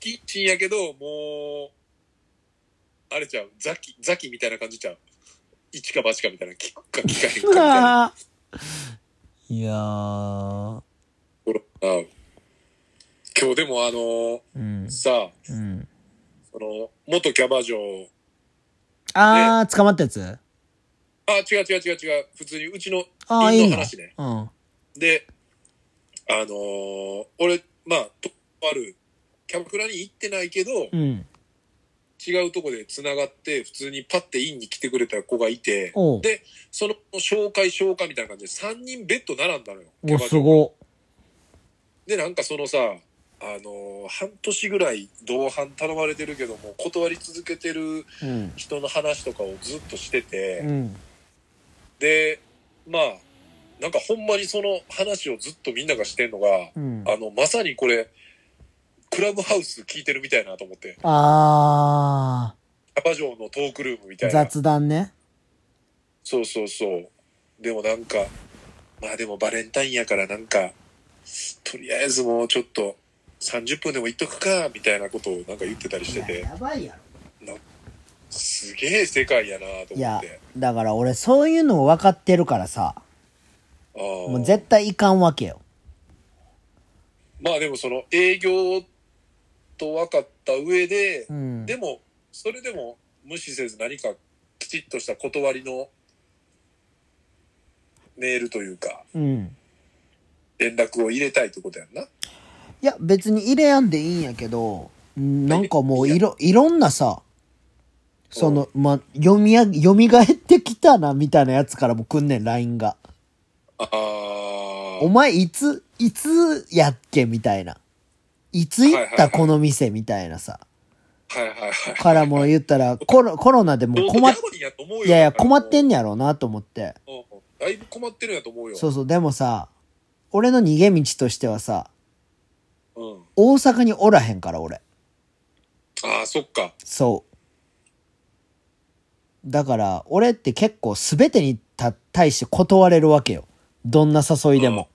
B: キッチンやけど、もう、あれちゃう、ザキ、ザキみたいな感じちゃう。一か八かみたいな、聞くか聞かへんかみたいな。
A: あー いやー。
B: コロナナウ今日でもあの、
A: うん。
B: さ
A: う
B: あ、
A: ん。
B: その、元キャバ嬢、
A: あー、捕まったやつ
B: あ、違う違う違う違う、普通にうちの
A: あー、い
B: 院
A: い
B: の
A: の
B: 話ね。
A: うん。
B: で、あのー俺、まあ、とある、キャバクラに行ってないけど、
A: うん。
B: 違うとこで繋がって、普通にパッて院に来てくれた子がいて、
A: おう。
B: でその紹介、紹介みたいな感じで3人ベッド並んだのよ。キ
A: お、
B: ャバ嬢
A: すご。
B: で、なんかそのさ、あのー半年ぐらい同伴頼まれてるけども、断り続けてる
A: うん。
B: 人の話とかをずっとしてて、
A: うん。
B: で、まあ、なんかほんまにその話をずっとみんながしてんのが、
A: うん。
B: あの、まさにこれ、クラブハウス聞いてるみたいなと思って、
A: あ
B: キャバ嬢のトークルームみた
A: ー、
B: いな。
A: 雑談ね。
B: そうそうそう。でもなんか、まあでもバレンタインやからなんか、とりあえずもうちょっと30分でも行っとくか、みたいなことをなんか言ってたりして
A: い
B: て
A: や、やばいやろ。
B: すげえ世界やな
A: い
B: と思っ
A: や
B: て。、
A: だから俺そういうの分かってるからさ、
B: あー
A: もう絶対いかんわけよ。
B: まあでもその営業と分かった上で
A: う、ん。
B: でも、それでも無視せず何かきちっとした断りのメールというか、
A: うん。
B: 連絡を入れたいってことやんな。
A: いや、別に入れやんでいいんやけど、んなんかもういろ、いろんなさ、その、ま、読みや、蘇ってきたな、みたいなやつからも来んねん、LINE が。
B: ああ。
A: お前、いつ、いつやっけみたいな。いつ行
B: はい
A: っ
B: はいは
A: た
B: い
A: この店みたいなさ。
B: はいはいはい。
A: からもう言ったら、コロ、コロナでもう困っ
B: どう、 せやばいんやと思うよ
A: いやいや、困って
B: ん
A: んねやろうなと思って。
B: だいぶ困ってるんやと思うよ。
A: そうそう、でもさ、俺の逃げ道としてはさ、
B: うん。
A: 大阪におらへんから、俺。
B: ああ、そっか。
A: そう。だから、俺って結構全てにた対して断れるわけよ。どんな誘いでも。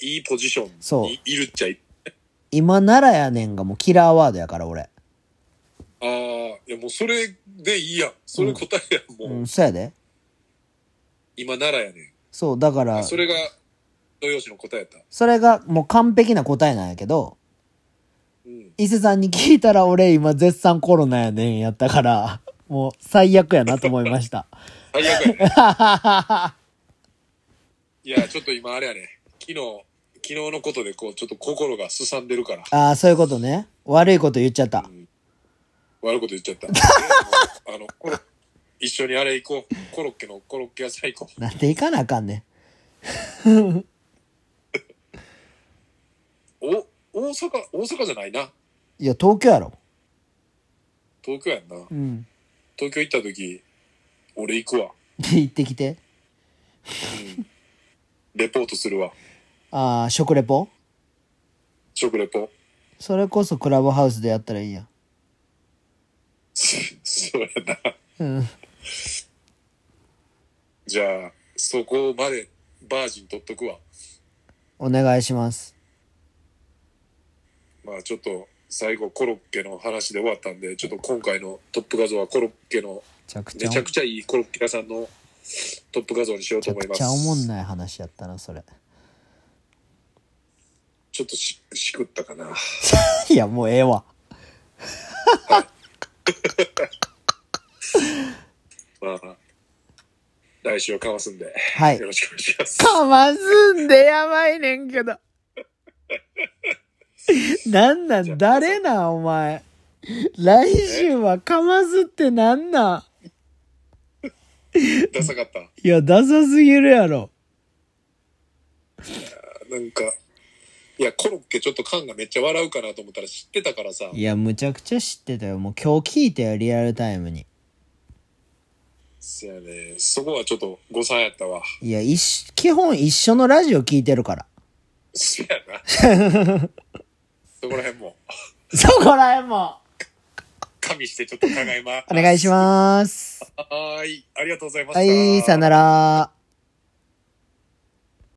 B: いいポジションに
A: そう
B: いるっちゃい。
A: 今ならやねんがもうキラーワードやから、俺。
B: ああ、いやもうそれでいいやん。それ答えやん、もう。
A: うん、そうやで。
B: 今ならやね
A: そう、だか
B: ん。
A: ら、
B: それが、土曜市の答えやった。
A: それがもう完璧な答えなんやけど、
B: うん。
A: 伊勢さんに聞いたら俺今絶賛コロナやねんやったから、 もう最悪やなと思いました。
B: 最悪 やね。いや、ちょっと今あれやね。昨日、昨日のことでこう、ちょっと心がすさんでるから。
A: ああ、そういうことね。悪いこと言っちゃった。
B: 悪いこと言っち ゃった。あの、コロ一緒にあれ行こう。コロッケのコロッケ屋さん行こ
A: なんで行かなあかんね
B: う。お、大阪、大阪じゃないな。
A: ん。いや、東京やろ。
B: 東京やんな。
A: うん。
B: 東京行った時、俺行くわ。
A: 行ってきて。
B: レポートするわ。
A: ああ、食レポ
B: 食レポ。
A: それこそクラブハウスでやったらいいやん。
B: そうやな。
A: うん。
B: じゃあ、そこまでバージン取っとくわ。
A: お願いします。
B: まあちょっと、最後コロッケの話で終わったんで、ちょっと今回のトップ画像はコロッケの、
A: めちゃくち
B: め
A: ゃ、
B: ちゃくちゃいいコロッケ屋さんのトップ画像にしようと
A: め
B: 思
A: ち
B: い
A: ゃ
B: ま
A: く
B: す。
A: ちゃおもんない話やったな、それ。
B: ちょっとし、しくったかな。
A: いや、もうええわ。
B: まあ、来週はかますんで、
A: はい
B: よ。ろしくお願いします。
A: かますんでやばいねんけど。 なんなん誰なんお前。来週はかますってなんなん
B: ダサかった。
A: いや、ダサすぎるやろ。
B: なんか、いや、コロッケちょっと缶がめっちゃ笑うかなと思ったら知ってたからさ、
A: いや、むちゃくちゃ知ってたよ。もう今日聞いたよ、リアルタイムに。
B: そやね、そこはちょっと誤算やったわ。
A: いや、一緒基本一緒のラジオ聞いてるから。
B: そやな。そこら辺も、
A: そこらへんも。
B: 加味してちょっと考えます。
A: お願いします。
B: はーい、ありがとうございました。
A: はい、さよなら。